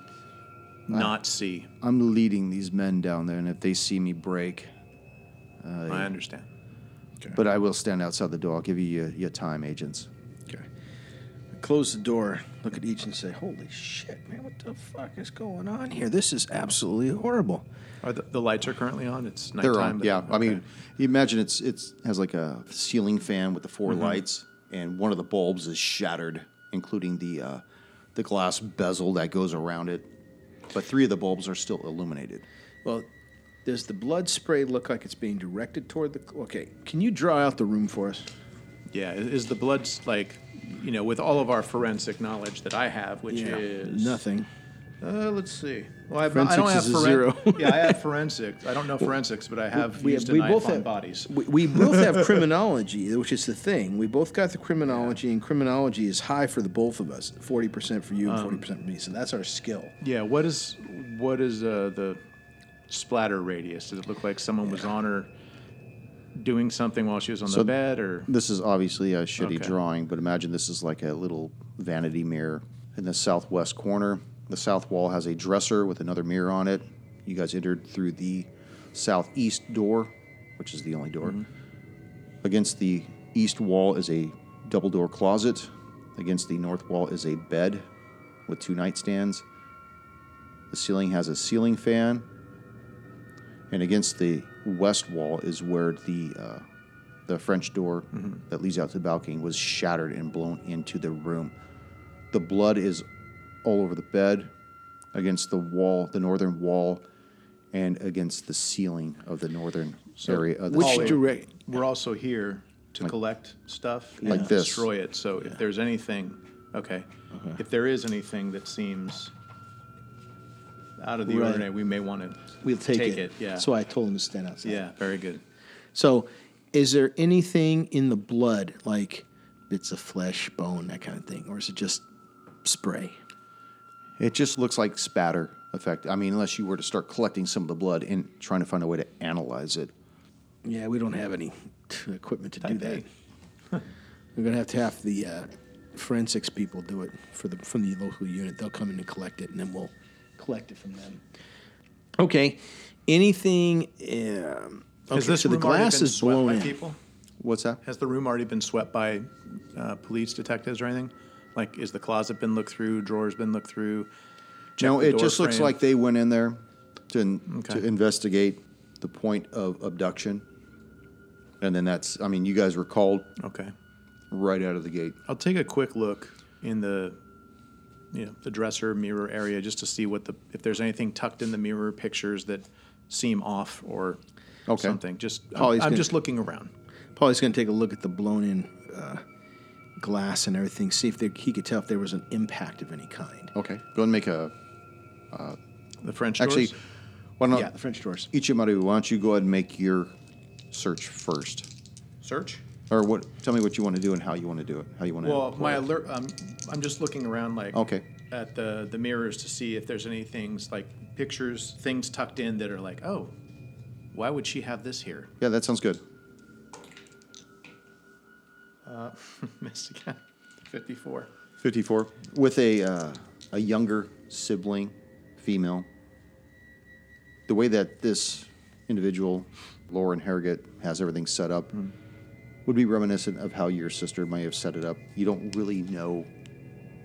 S4: not see.
S1: I'm leading these men down there, and if they see me break,
S4: I understand.
S1: but I will stand outside the door. I'll give you your, your time, agents.
S2: Okay. Close the door, look at each and say, Holy shit, man, what the fuck is going on here? This is absolutely horrible.
S4: Are the, the lights are currently on? It's nighttime.
S1: They're on.
S4: then?
S1: Yeah, I mean,
S4: Okay.
S1: you imagine it's it's has like a ceiling fan with the 4
S4: Mm-hmm.
S1: lights, and one of the bulbs is shattered, including the uh, the glass bezel that goes around it. But three of the bulbs are still illuminated.
S2: Well, does the blood spray look like it's being directed toward the. Okay, can you draw out the room for us?
S4: yeah. i- Is the blood s- like, you know, with all of our forensic knowledge that I have, which is
S2: Nothing.
S4: Uh, let's see. Well, I've, I don't
S2: Forensics
S4: have
S2: is a
S4: foren-
S2: zero.
S4: yeah, I have forensics. I don't know forensics, but I have used a knife on bodies.
S2: We, we both have criminology, which is the thing. We both got the criminology, and criminology is high for the both of us. Forty percent for
S4: Um,
S2: you and forty percent for me. So that's our skill.
S4: Yeah. What is what is uh, the splatter radius? Does it look like someone was on her doing something while she was on
S1: So-
S4: the bed, or
S1: This is obviously a shitty
S4: Okay.
S1: drawing, but imagine this is like a little vanity mirror in the southwest corner. The south wall has a dresser with another mirror on it. You guys entered through the southeast door, which is the only door.
S4: Mm-hmm.
S1: Against the east wall is a double door closet. Against the north wall is a bed with two nightstands. The ceiling has a ceiling fan. And against the west wall is where the uh, the French door
S4: Mm-hmm.
S1: that leads out to the balcony was shattered and blown into the room. The blood is all over the bed, against the wall, the northern wall, and against the ceiling of the northern area of the
S2: Which
S1: ceiling.
S2: direct?
S4: we're also here to collect stuff
S1: Like
S4: and
S1: this.
S4: destroy it.
S2: Uh-huh.
S4: So if there's anything, okay, if there is anything that seems out of the
S2: Right.
S4: ordinary, we may want to
S2: We'll take, it.
S4: Yeah.
S2: So I told him to stand outside.
S4: yeah, very good.
S2: So, is there anything in the blood, like bits of flesh, bone, that kind of thing, or is it just spray?
S1: It just looks like spatter effect. I mean, unless you were to start collecting some of the blood and trying to find a way to analyze it.
S2: Yeah, we don't have any t- equipment to do that. We're gonna have to have the uh, forensics people do it for the from the local unit. They'll come in and collect it, and then we'll collect it from them. Okay. Anything? Um, okay,
S4: Has this
S2: so the
S4: room already
S2: glass
S4: been
S2: is
S4: swept
S2: blown
S4: by
S2: in.
S4: people?
S1: What's that?
S4: Has the room already been swept by uh, police detectives or anything? Like, is the closet been looked through? Drawers been looked through?
S1: no,
S4: the
S1: it
S4: door
S1: just looks
S4: frame.
S1: like they went in there to
S4: Okay.
S1: to investigate the point of abduction, and then that's. I mean, you guys were called
S4: Okay,
S1: right out of the gate.
S4: I'll take a quick look in the, you know, the dresser mirror area just to see what the if there's anything tucked in the mirror pictures that seem off or
S1: Okay.
S4: something. Just I'm,
S1: Polly's
S4: I'm
S1: gonna-
S4: just looking around.
S2: Paulie's going to take a look at the blown in uh, glass and everything, see if there, he could tell if there was an impact of any kind.
S1: Okay, go ahead and make a.
S4: The French
S1: Actually,
S4: doors?
S1: why not?
S2: Yeah, the French doors.
S1: Ichimaru, why don't you go ahead and make your search first,
S4: search.
S1: or what? Tell me what you want to do and how you want to do it. How you want to.
S4: Well,
S1: employ
S4: my
S1: it.
S4: alert. Um, I'm just looking around, like
S1: Okay.
S4: at the the mirrors to see if there's any things like pictures, things tucked in that are like, oh, why would she have this here?
S1: Yeah, that sounds good.
S4: Missed again. Fifty-four.
S1: 54 with a uh, a younger sibling female the way that this individual lauren harrogate has everything set up would be reminiscent of how your sister may have set it up you don't really know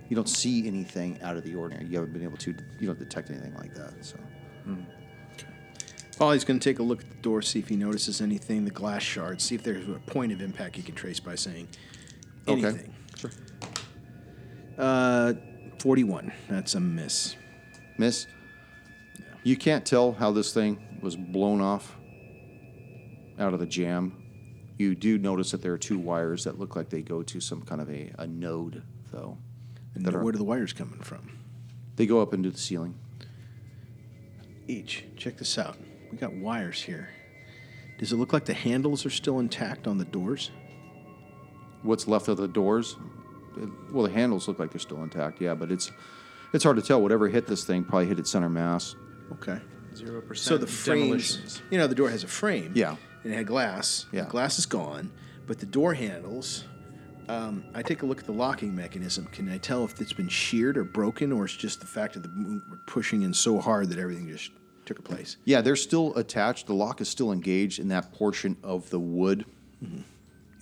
S1: you don't see anything out of the ordinary you haven't been able to you don't detect anything like that so
S2: Paulie's going to take a look at the door, see if he notices anything, the glass shards, see if there's a point of impact he can trace by saying
S1: Okay.
S2: anything. Sure. Uh, 41. That's a miss.
S1: miss you can't tell how this thing was blown off out of the jam. You do notice that there are two wires that look like they go to some kind of a, a node, though.
S2: And
S1: That are-
S2: where do the wires coming from?
S1: They go up into the ceiling.
S2: Each. Check this out. We got wires here. Does it look like the handles are still intact on the doors?
S1: What's left of the doors? uh, Well, the handles look like they're still intact, yeah, but it's it's hard to tell. Whatever hit this thing probably hit its center mass.
S2: Okay.
S4: Zero percent.
S2: So the frames, you know, the door has a frame.
S1: Yeah.
S2: And it had glass.
S1: Yeah.
S2: The glass is gone, but the door handles. Um, I take a look at the locking mechanism. Can I tell if it's been sheared or broken, or it's just the fact that the mo- we're pushing in so hard that everything just took a place?
S1: Yeah, they're still attached. The lock is still engaged in that portion of the wood.
S4: Mm-hmm.
S1: You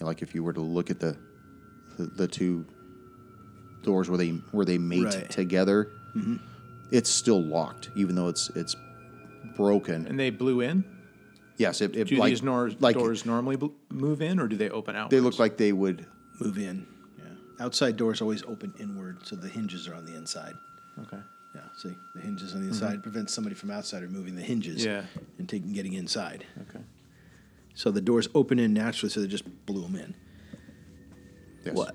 S1: know, like if you were to look at the the, the two doors where they where they mate
S2: Right.
S1: together,
S4: Mm-hmm.
S1: it's still locked, even though it's it's broken.
S4: And they blew in.
S1: yes, it, it
S4: Do
S1: like,
S4: these nor-
S1: like
S4: doors normally bl- move in, or do they open out?
S1: they look like they would.
S2: Move in. Yeah. Outside doors always open inward, so the hinges are on the inside.
S4: Okay.
S2: Yeah. See, the hinges on the
S1: Mm-hmm.
S2: inside prevents somebody from outside removing the hinges.
S4: Yeah.
S2: And taking getting inside.
S4: Okay.
S2: So the doors open in naturally, so they just blew them in.
S1: Yes.
S2: What?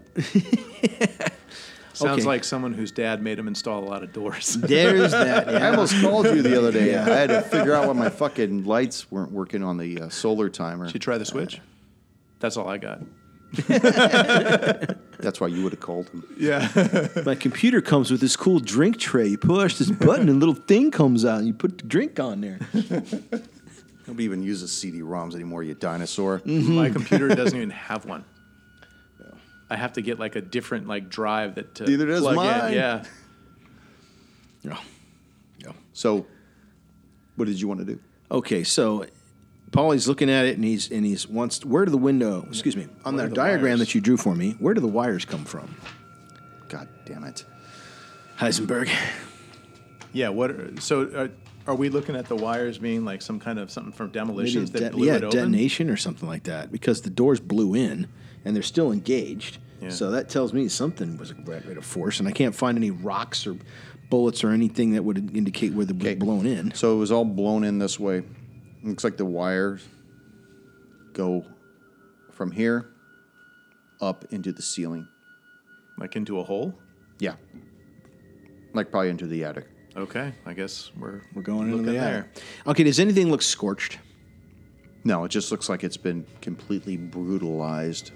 S4: Sounds
S2: Okay.
S4: like someone whose dad made him install a lot of doors.
S2: There's that.
S1: I
S2: yeah.
S1: almost called you the other day. I had to figure out why my fucking lights weren't working on the uh, solar timer.
S4: Should you try the switch? That's all I got.
S1: That's why you would have called him.
S2: My computer comes with this cool drink tray. You push this button, and a little thing comes out, and you put the drink on there.
S1: Nobody even uses CD-ROMs anymore. You dinosaur.
S4: My computer doesn't even have one. I have to get like a different like drive that to
S1: Neither does
S4: plug
S1: mine.
S4: in. Yeah.
S1: So, what did you want to do?
S2: Okay, so Paulie's looking at it, and he's and he's wants. Where do the window? Excuse me. On
S4: Where
S2: that
S4: are the
S2: diagram
S4: wires?
S2: that you drew for me, where do the wires come from?
S1: God damn it.
S2: Heisenberg.
S4: Yeah. What? Are, so are, are we looking at the wires being like some kind of something from
S2: Maybe
S4: demolitions
S2: a
S4: that
S2: de-
S4: blew
S2: yeah,
S4: it open?
S2: detonation or something like that, because the doors blew in, and they're still engaged.
S4: Yeah.
S2: So that tells me something was a great rate of force, and I can't find any rocks or bullets or anything that would indicate where the was blown in.
S1: So it was all blown in this way. Looks like the wires go from here up into the ceiling.
S4: Like into a hole?
S1: Yeah. Like probably into the attic.
S4: Okay, I guess we're
S6: We're going into
S4: looking
S6: the
S4: there.
S6: there. Okay, does anything look scorched?
S1: No, it just looks like it's been completely brutalized.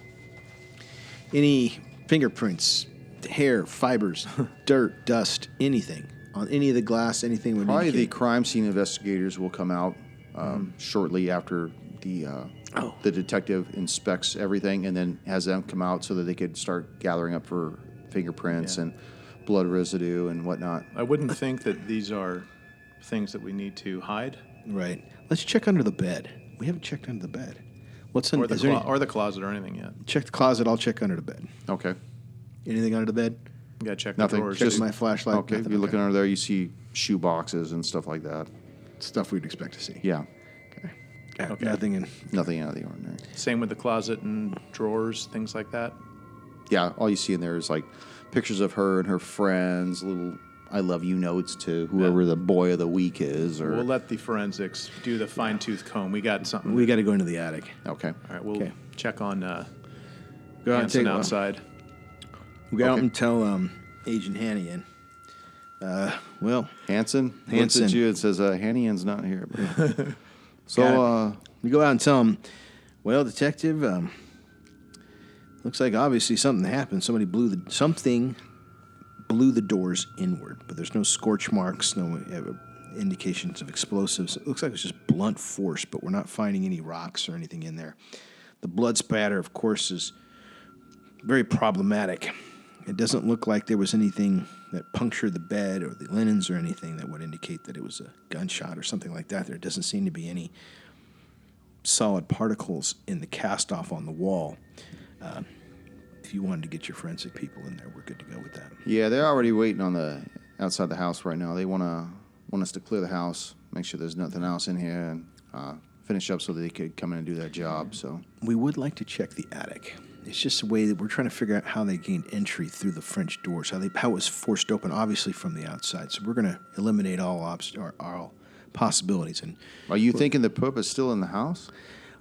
S6: Any fingerprints, hair, fibers, dirt, dust, anything on any of the glass, anything would
S1: Probably the
S6: indicate-
S1: crime scene investigators will come out um, shortly after the uh,
S6: Oh.
S1: the detective inspects everything and then has them come out so that they could start gathering up for fingerprints
S4: Yeah.
S1: and blood residue and whatnot.
S4: I wouldn't think that these are things that we need to hide
S6: right.
S2: Let's check under the bed. We haven't checked under the bed. What's in
S4: or the
S2: is there
S4: clo-
S2: any-
S4: or the closet or anything yet.
S2: check the closet? I'll check under the bed.
S1: Okay,
S6: Anything under the bed?
S4: You gotta check
S1: Nothing,
S4: the drawers.
S1: just-
S6: Check my flashlight.
S1: okay.
S6: nothing,
S1: You're looking under there, you see shoe boxes and stuff like that.
S2: Stuff we'd expect to see.
S1: Yeah,
S2: Okay. Nothing in.
S1: nothing out of the ordinary.
S4: Same with the closet and drawers, things like that.
S1: Yeah, all you see in there is like pictures of her and her friends, little I love you notes to whoever the boy of the week is, or
S4: We'll let the forensics do the fine tooth comb. We got something.
S2: We got to go into the attic.
S1: okay.
S4: All right, we'll
S2: Okay.
S4: check on uh,
S2: Go out and
S4: Hanson
S2: take outside.
S4: outside.
S2: We go out
S1: Okay.
S2: and tell um, Agent Hanny in. Uh, well,
S1: Hanson looks
S2: Hanson.
S1: at you and says, uh, "Hannian's not here." bro." so
S2: Got
S1: uh,
S2: we go out and tell him. Well, detective, um, looks like obviously something happened. Somebody blew the something blew the doors inward, but there's no scorch marks, no uh, indications of explosives. It looks like it's just blunt force, but we're not finding any rocks or anything in there. The blood spatter, of course, is very problematic. It doesn't look like there was anything that punctured the bed or the linens or anything that would indicate that it was a gunshot or something like that. There doesn't seem to be any solid particles in the cast off on the wall. Uh, if you wanted to get your forensic people in there, we're good to go with that.
S1: yeah, they're already waiting on the outside the house right now. They want to want us to clear the house, make sure there's nothing else in here, and uh, finish up so that they could come in and do their job. So
S2: We would like to check the attic. It's just a way that we're trying to figure out how they gained entry through the French doors, how they how it was forced open, obviously from the outside. So we're going to eliminate all obst- or all possibilities. And
S1: are you thinking the pup is still in the house?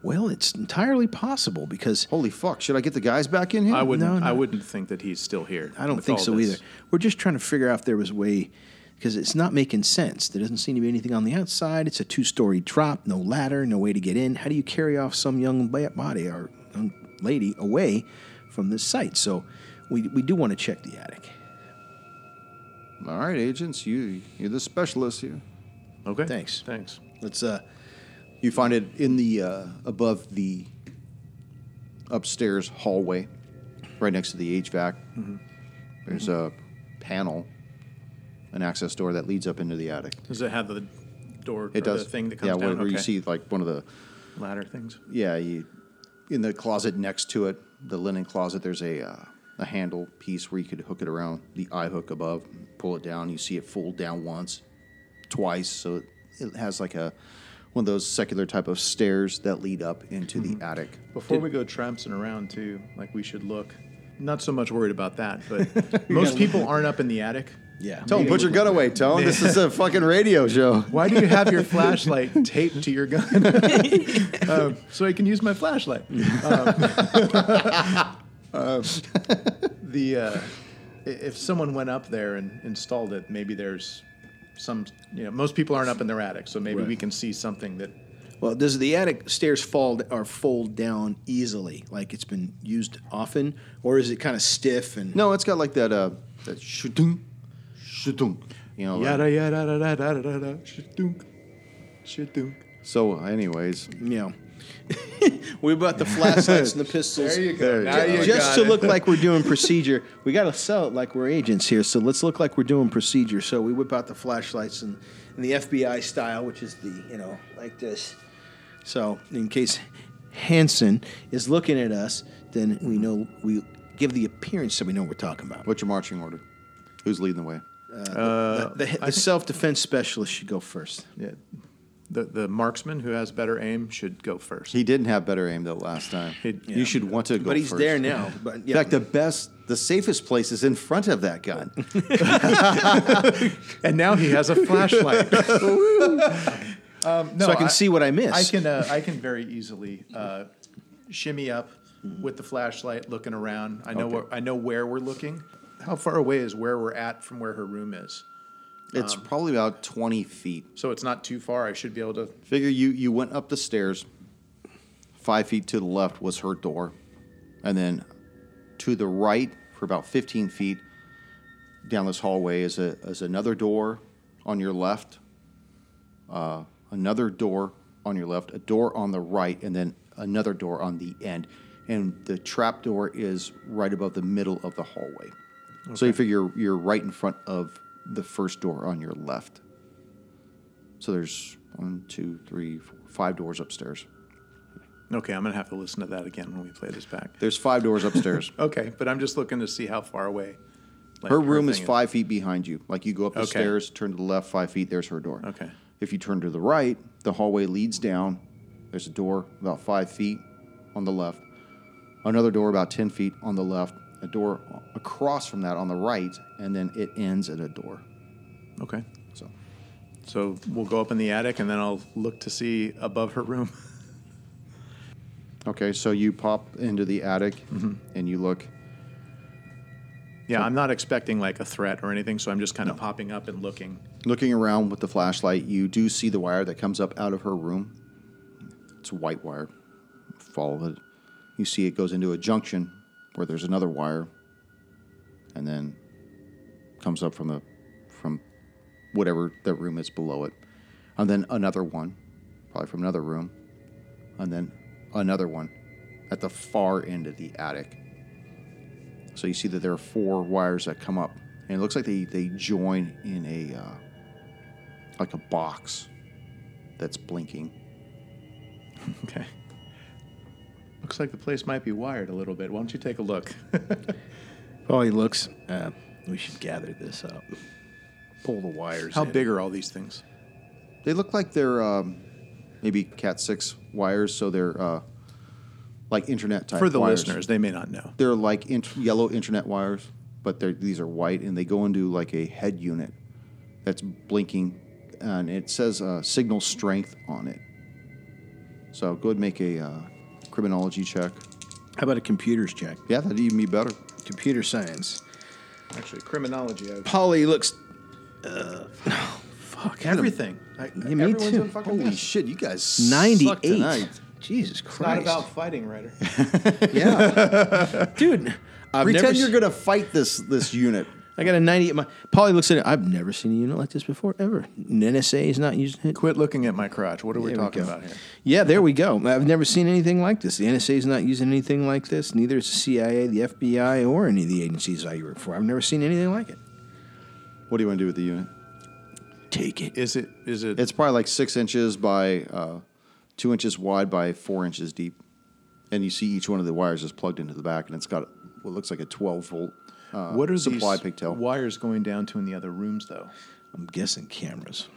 S2: well, it's entirely possible because
S1: Holy fuck! Should I get the guys back in here?
S4: I wouldn't.
S2: No, no.
S4: I wouldn't think that he's still here.
S2: I don't
S4: with
S2: think
S4: all
S2: so
S4: this.
S2: either. We're just trying to figure out if there was a way because it's not making sense. There doesn't seem to be anything on the outside. It's a two-story drop, no ladder, no way to get in. How do you carry off some young ba- body or young lady away from this site? So we we do want to check the attic.
S1: All right, agents, you you're the specialist here.
S4: Okay.
S2: Thanks.
S4: Thanks.
S2: Let's uh
S1: You find it in the uh, above the upstairs hallway, right next to the HVAC.
S4: Mm-hmm.
S1: There's a panel, an access door that leads up into the attic.
S4: Does it have the door?
S1: It
S4: or
S1: does
S4: The thing that comes
S1: yeah,
S4: down.
S1: where, where you
S4: Okay.
S1: see like one of the
S4: ladder things.
S1: yeah you in the closet next to it, the linen closet. There's a uh, a handle piece where you could hook it around the eye hook above, pull it down. You see it fold down once, twice, so it, it has like a one of those secular type of stairs that lead up into
S2: Mm-hmm.
S1: the attic.
S4: Before we go trampsing around too, like we should look. Not so much worried about that, but most people aren't up in the attic.
S2: yeah.
S1: Tone, put your gun away, Tone. This is a fucking radio show.
S4: Why do you have your flashlight taped to your gun? um, so I can use my flashlight. Um, um, the uh, i- if someone went up there and installed it, maybe there's some. You know, most people aren't up in their attic, so maybe we can see something that.
S2: Well, does the attic stairs fall or fold down easily, like it's been used often, or is it kind of stiff and
S1: No, it's got like that uh that shudung, shudung. You know. like-
S4: Yada yada da da da da da. Shadunk, shadunk.
S1: so, anyways,
S2: you know? we bought the flashlights and the pistols.
S4: go.
S1: Now you
S2: just to look like we're doing procedure, we got to sell it like we're agents here. So let's look like we're doing procedure. So we whip out the flashlights and, and the FBI style, which is the you know like this. So in case Hanson is looking at us, then we know we give the appearance that we know what we're talking about.
S1: what's your marching order? Who's leading the way?
S2: The, the, the self defense specialist should go first.
S4: Yeah. The, the marksman who has better aim should go first.
S1: He didn't have better aim though last time.
S4: He- yeah.
S1: you should want to go.
S2: But he's
S1: first.
S2: there now. But yeah,
S1: In fact, the best, the safest place is in front of that gun.
S4: And now he has a flashlight. um, no,
S2: so I can see what I missed.
S4: I can uh, I can very easily uh, shimmy up with the flashlight, looking around. I know where, I know where we're looking. How far away is where we're at from where her room is?
S1: It's probably about 20 feet.
S4: so it's not too far. I should be able to.
S1: Figure you you went up the stairs. Five feet to the left was her door, and then to the right for about 15 feet down this hallway is a is another door on your left, uh, another door on your left, a door on the right, and then another door on the end. And the trap door is right above the middle of the hallway. So you figure you're, you're right in front of the first door on your left. So there's one, two, three, four, five doors upstairs.
S4: Okay, I'm gonna have to listen to that again when we play this back.
S1: There's five doors upstairs.
S4: Okay, but I'm just looking to see how far away. like,
S1: her room is
S4: thing
S1: five feet behind you. Like you go up the
S4: Okay.
S1: stairs, turn to the left, five feet, there's her door.
S4: Okay.
S1: If you turn to the right, the hallway leads down. There's a door about five feet on the left, another door about 10 feet on the left, a door across from that on the right, and then it ends at a door.
S4: Okay,
S1: So
S4: so we'll go up in the attic and then I'll look to see above her room.
S1: Okay, so you pop into the attic
S4: Mm-hmm.
S1: and you look.
S4: yeah, I'm not expecting like a threat or anything, so I'm just kind of popping up and looking.
S1: Looking around with the flashlight, you do see the wire that comes up out of her room. It's white wire. Follow it. You see it goes into a junction where there's another wire, and then comes up from the from whatever the room is below it, and then another one, probably from another room, and then another one at the far end of the attic. So you see that there are four wires that come up, and it looks like they they join in a uh, like a box that's blinking.
S4: Okay. Looks like the place might be wired a little bit. Why don't you take a look?
S2: Oh, he looks. Uh, we should gather this up. Pull the wires.
S4: How
S2: in.
S4: big are all these things?
S1: They look like they're um, maybe Cat six wires, so they're uh, like internet type
S4: For the
S1: wires.
S4: listeners, they may not know.
S1: They're like int- yellow internet wires, but they're, these are white, and they go into like a head unit that's blinking, and it says uh, signal strength on it. So go ahead and make a uh, criminology check.
S2: How about a computers check?
S1: Yeah, that'd even be better.
S2: Computer science.
S4: Actually, criminology. I,
S2: Polly looks. Uh, oh, fuck.
S4: everything. I,
S2: Yeah, me
S4: everyone's
S2: too.
S4: in fucking
S1: Holy
S4: mess.
S1: shit, you guys suck
S2: Ninety-eight.
S1: tonight.
S2: Jesus
S4: It's not
S2: Christ!
S4: about fighting, Ryder.
S1: Yeah,
S2: dude. I've never
S1: pretend
S2: se-
S1: you're gonna fight this this unit.
S2: I got a ninety-eight. My Polly looks at it. I've never seen a unit like this before, ever. NSA is not using it.
S4: Quit looking at my crotch. What are we
S2: There we
S4: talking
S2: go.
S4: about here?
S2: Yeah, there we go. I've never seen anything like this. The NSA is not using anything like this. Neither is the CIA, the FBI, or any of the agencies I work for. I've never seen anything like it.
S1: What do you want to do with the unit?
S2: Take it.
S4: Is it? Is it?
S1: It's probably like six inches by uh, two inches wide by four inches deep, and you see each one of the wires is plugged into the back, and it's got what looks like a twelve volt. Uh,
S4: what are
S1: supply
S4: these
S1: pigtail?
S4: wires going down to in the other rooms, though?
S2: I'm guessing cameras.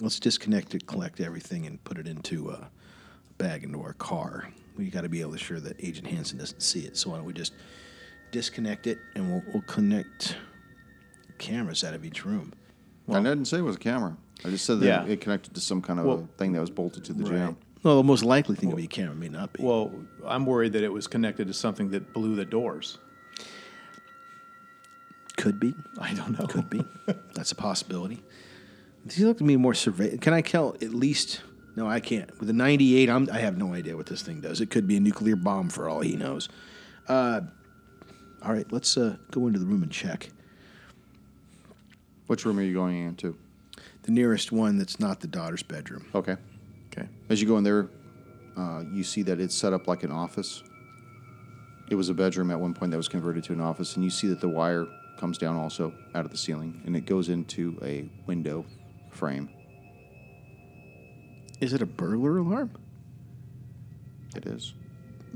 S2: Let's disconnect it, collect everything, and put it into a bag into our car. We got to be able to sure that Agent Hansen doesn't see it. So why don't we just disconnect it and we'll, we'll connect cameras out of each room.
S1: I didn't say it was a camera. I just said that
S4: Yeah.
S1: it connected to some kind of
S4: Well-
S1: a thing that was bolted to the jam.
S2: Well, the most likely thing to be a camera may not be.
S4: Well, I'm worried that it was connected to something that blew the doors.
S2: could be.
S4: I don't know.
S2: Could be. That's a possibility. He looked at me more survey. Can I tell at least? No, I can't. With a 98, I'm, I have no idea what this thing does. It could be a nuclear bomb for all he knows. Uh, all right, let's uh, go into the room and check.
S1: Which room are you going into?
S2: The nearest one that's not the daughter's bedroom.
S1: Okay.
S4: Okay.
S1: As you go in there, uh, you see that it's set up like an office. It was a bedroom at one point that was converted to an office, and you see that the wire comes down also out of the ceiling, and it goes into a window frame.
S2: Is it a burglar alarm?
S1: It is.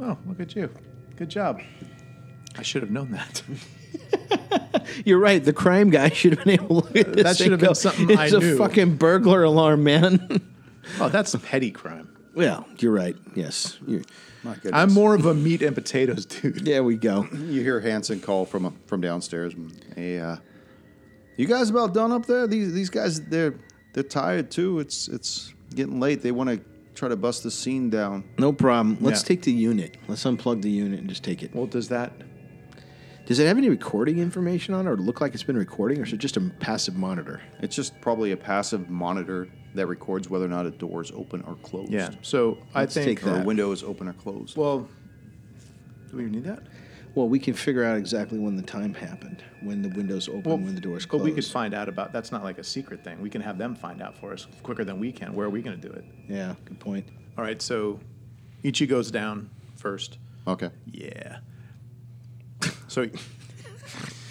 S4: Oh, look at you. Good job. I should have known that.
S2: You're right. The crime guy should have been able to look at this.
S4: That should
S2: and
S4: have been
S2: go,
S4: something I
S2: It's a
S4: knew."
S2: fucking burglar alarm, man.
S4: oh, that's petty crime.
S2: well, you're right. Yes. You're,
S1: My goodness.
S4: I'm more of a meat and potatoes dude.
S2: there we go.
S1: You hear Hanson call from uh, from downstairs. Hey, uh, you guys about done up there? These these guys they're they're tired too. It's it's getting late. They want to try to bust the scene down.
S2: No problem. Let's
S4: Yeah.
S2: take the unit. Let's unplug the unit and just take it.
S4: Well, does that?
S2: Does Does it have any recording information on it, or look like it's been recording, or is it just a passive monitor?
S1: It's just probably a passive monitor that records whether or not a door is open or closed.
S4: Yeah. So I
S1: Let's
S4: think
S1: take or a
S4: that-
S1: window is open or closed.
S4: Well,
S1: do we need that?
S2: Well, we can figure out exactly when the time happened, when the windows open,
S4: well,
S2: when the doors
S4: But
S2: closed.
S4: we could find out about. That's not like a secret thing. We can have them find out for us quicker than we can. Where are we going to do it?
S2: yeah, good point.
S4: All right. So Ichi goes down first.
S1: Okay.
S4: Yeah. So.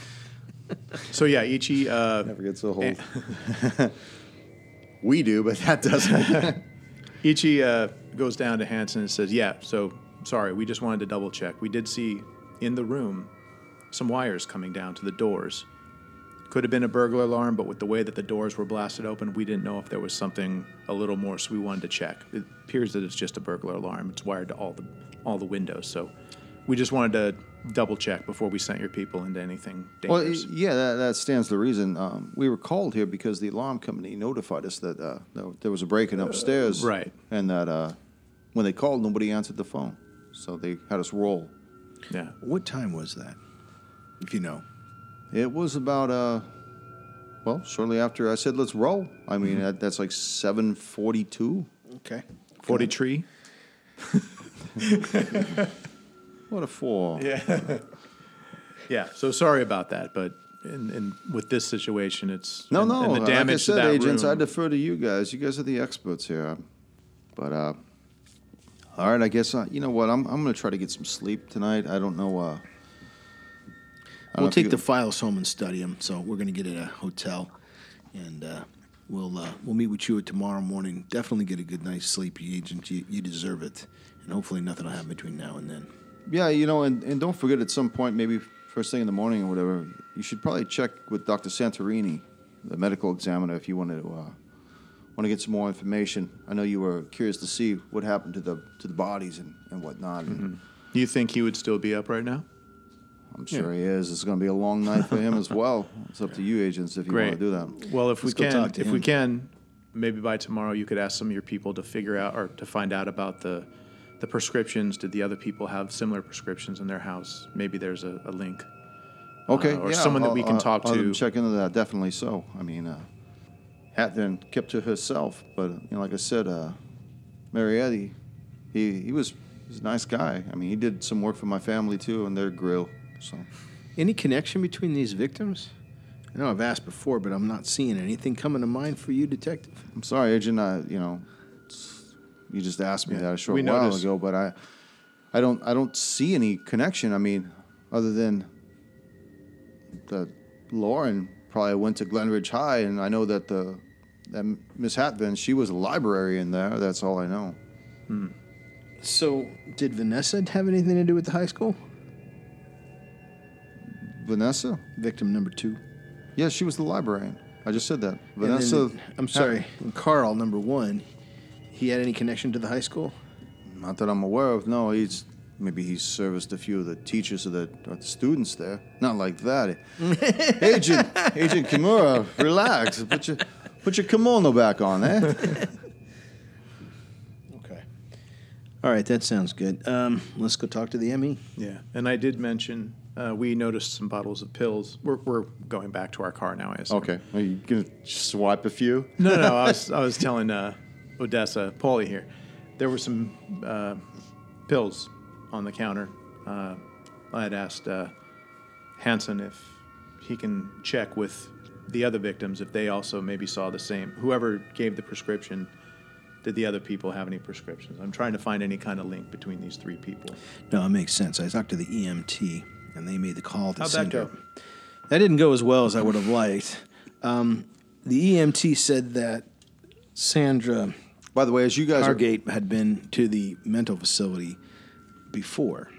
S4: so yeah, Ichi. Uh,
S1: Never gets a hold. we do, but that doesn't.
S4: Ichi uh, goes down to Hanson and says, "Yeah, so sorry, we just wanted to double check. We did see in the room some wires coming down to the doors. Could have been a burglar alarm, but with the way that the doors were blasted open, we didn't know if there was something a little more, so we wanted to check. It appears that it's just a burglar alarm. It's wired to all the all the windows, so we just wanted to double check before we sent your people into anything
S1: well,
S4: dangerous.
S1: yeah, that, that stands the reason. Um, we were called here because the alarm company notified us that uh, there- there was a break-in upstairs.
S4: right.
S1: And that uh, when they called, nobody answered the phone, so they had us roll.
S4: yeah.
S2: What time was that? If you know.
S1: It was about uh, well, shortly after I said let's roll. I mean, that, that's like seven forty-two.
S2: Okay.
S4: Forty tree.
S1: What a four.
S4: Yeah, so sorry about that, but in, in with this situation, it's
S1: No,
S4: and,
S1: no.
S4: and the damage
S1: like I said,
S4: to that
S1: agents, I
S4: room.
S1: defer to you guys. You guys are the experts here. But uh, all right, I guess uh, you know what? I'm I'm gonna try to get some sleep tonight. I don't know. Uh, I don't know
S2: We'll
S1: if
S2: take
S1: you-
S2: the files home and study them. So we're going to get at a hotel, and uh, we'll uh, we'll meet with you tomorrow morning. Definitely get a good night's sleep, you agent. You, you deserve it, and hopefully nothing will happen between now and then.
S1: Yeah, you know, and, and don't forget at some point, maybe first thing in the morning or whatever, you should probably check with Dr. Santorini, the medical examiner, if you want to uh, want to get some more information. I know you were curious to see what happened to the to the bodies and and whatnot. and
S4: Mm-hmm. you think he would still be up right now?
S1: I'm sure he is. It's going to be a long night for him as well. It's up to you, agents, if you
S4: Great.
S1: want to do that.
S4: Well, if
S2: Let's
S4: we
S2: go
S4: can,
S2: talk to
S4: if we
S2: him.
S4: can, maybe by tomorrow you could ask some of your people to figure out or to find out about the the prescriptions. Did the other people have similar prescriptions in their house? Maybe there's a, a link.
S1: Okay,
S4: Uh, or someone that we can talk
S1: I'll
S4: to.
S1: Check into that. Definitely so. I mean, uh, Catherine kept to herself, but you know, like I said, uh, Marietti, he he was he's a nice guy. I mean, he did some work for my family too on their grill. So
S2: Any connection between these victims? I know I've asked before, but I'm not seeing anything coming to mind for you, detective.
S1: I'm sorry, Agent. I you know, it's- you just asked me that a short
S4: we
S1: while
S4: noticed.
S1: ago, but I I don't I don't see any connection. I mean, other than that Lauren probably went to Glenridge High, and I know that the that Miss Hatvan she was a librarian there. That's all I know.
S2: So, did Vanessa have anything to do with the high school?
S1: Vanessa,
S2: Victim number two.
S1: yeah, she was the librarian. I just said that.
S2: And then-
S1: Vanessa,
S2: I'm sorry, and Carl number one. He had any connection to the high school?
S1: not that I'm aware of. No, he's maybe he serviced a few of the teachers or the, or the students there. Not like that, Agent Agent Kimura. Relax. Put your put your kimono back on, eh?
S2: Okay. All right, that sounds good. Um, let's go talk to the E. ME.
S4: Yeah, and I did mention uh, we noticed some bottles of pills. We're, we're going back to our car now. I assume.
S1: Okay, are you gonna swipe a few?
S4: No, no, I was, I was telling uh, Odessa, Paulie here, there were some uh, pills on the counter. Uh, I had asked uh, Hanson if he can check with the other victims if they also maybe saw the same. Whoever gave the prescription, did the other people have any prescriptions? I'm trying to find any kind of link between these three people.
S2: No, it makes sense. I talked to the EMT, and they made the call to
S4: How'd that
S2: send her.
S4: go?
S2: That didn't go as well as I would have liked. Um, the EMT said that Sandra
S1: By the way, as you guys are
S2: Hargate had been to the mental facility before.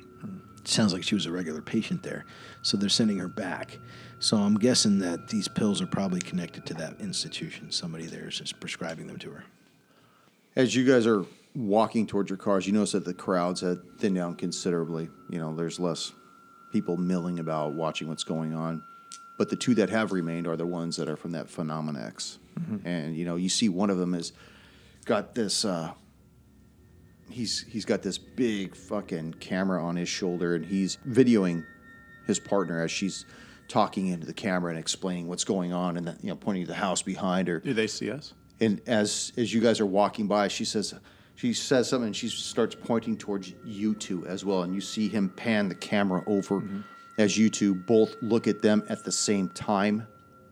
S2: Sounds like she was a regular patient there, so they're sending her back. So I'm guessing that these pills are probably connected to that institution. Somebody there is just prescribing them to her.
S1: As you guys are walking towards your cars, you notice that the crowds had thinned down considerably. You know, there's less people milling about, watching what's going on. But the two that have remained are the ones that are from that Phenomenex. And you know, you see one of them has got this. Uh, he's he's got this big fucking camera on his shoulder, and he's videoing his partner as she's talking into the camera and explaining what's going on and that, you know pointing to the house behind her.
S4: Do they see us?
S1: And as as you guys are walking by, she says she says something and she starts pointing towards you two as well. And you see him pan the camera over
S4: Mm-hmm.
S1: as you two both look at them at the same time,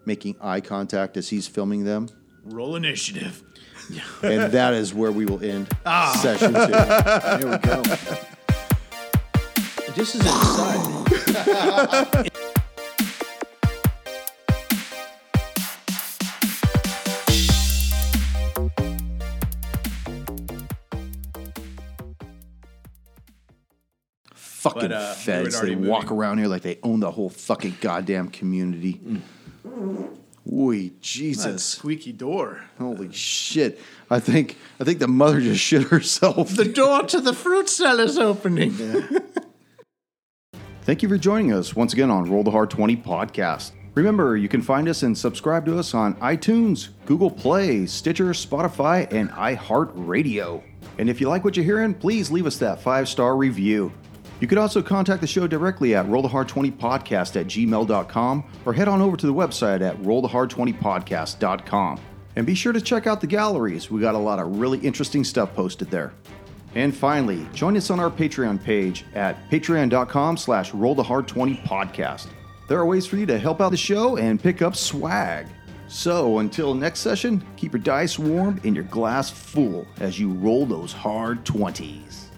S1: making eye contact as he's filming them.
S4: Roll initiative.
S1: And that is where we will end
S4: Ah.
S1: session two.
S6: There we go. Just as an aside,
S1: fucking
S4: But, uh, we were
S1: feds. They
S4: already
S1: walk
S4: moving.
S1: around here like they own the whole fucking goddamn community.
S4: Mm.
S1: Wee
S4: That
S1: Jesus.
S4: squeaky door.
S1: Holy shit. I think I think the mother just shit herself.
S4: door to the fruit cellar's opening.
S1: Thank you for joining us once again on Roll the Hard 20 podcast. Remember, you can find us and subscribe to us on iTunes, Google Play, Stitcher, Spotify, and iHeartRadio. And if you like what you're hearing, please leave us that five star review. You could also contact the show directly at rollthehard20podcast at gmail.com or head on over to the website at rollthehard20podcast.com. And be sure to check out the galleries. We got a lot of really interesting stuff posted there. And finally, join us on our Patreon page at patreon.com slash rollthehard20podcast. There are ways for you to help out the show and pick up swag. So until next session, keep your dice warm and your glass full as you roll those hard 20s.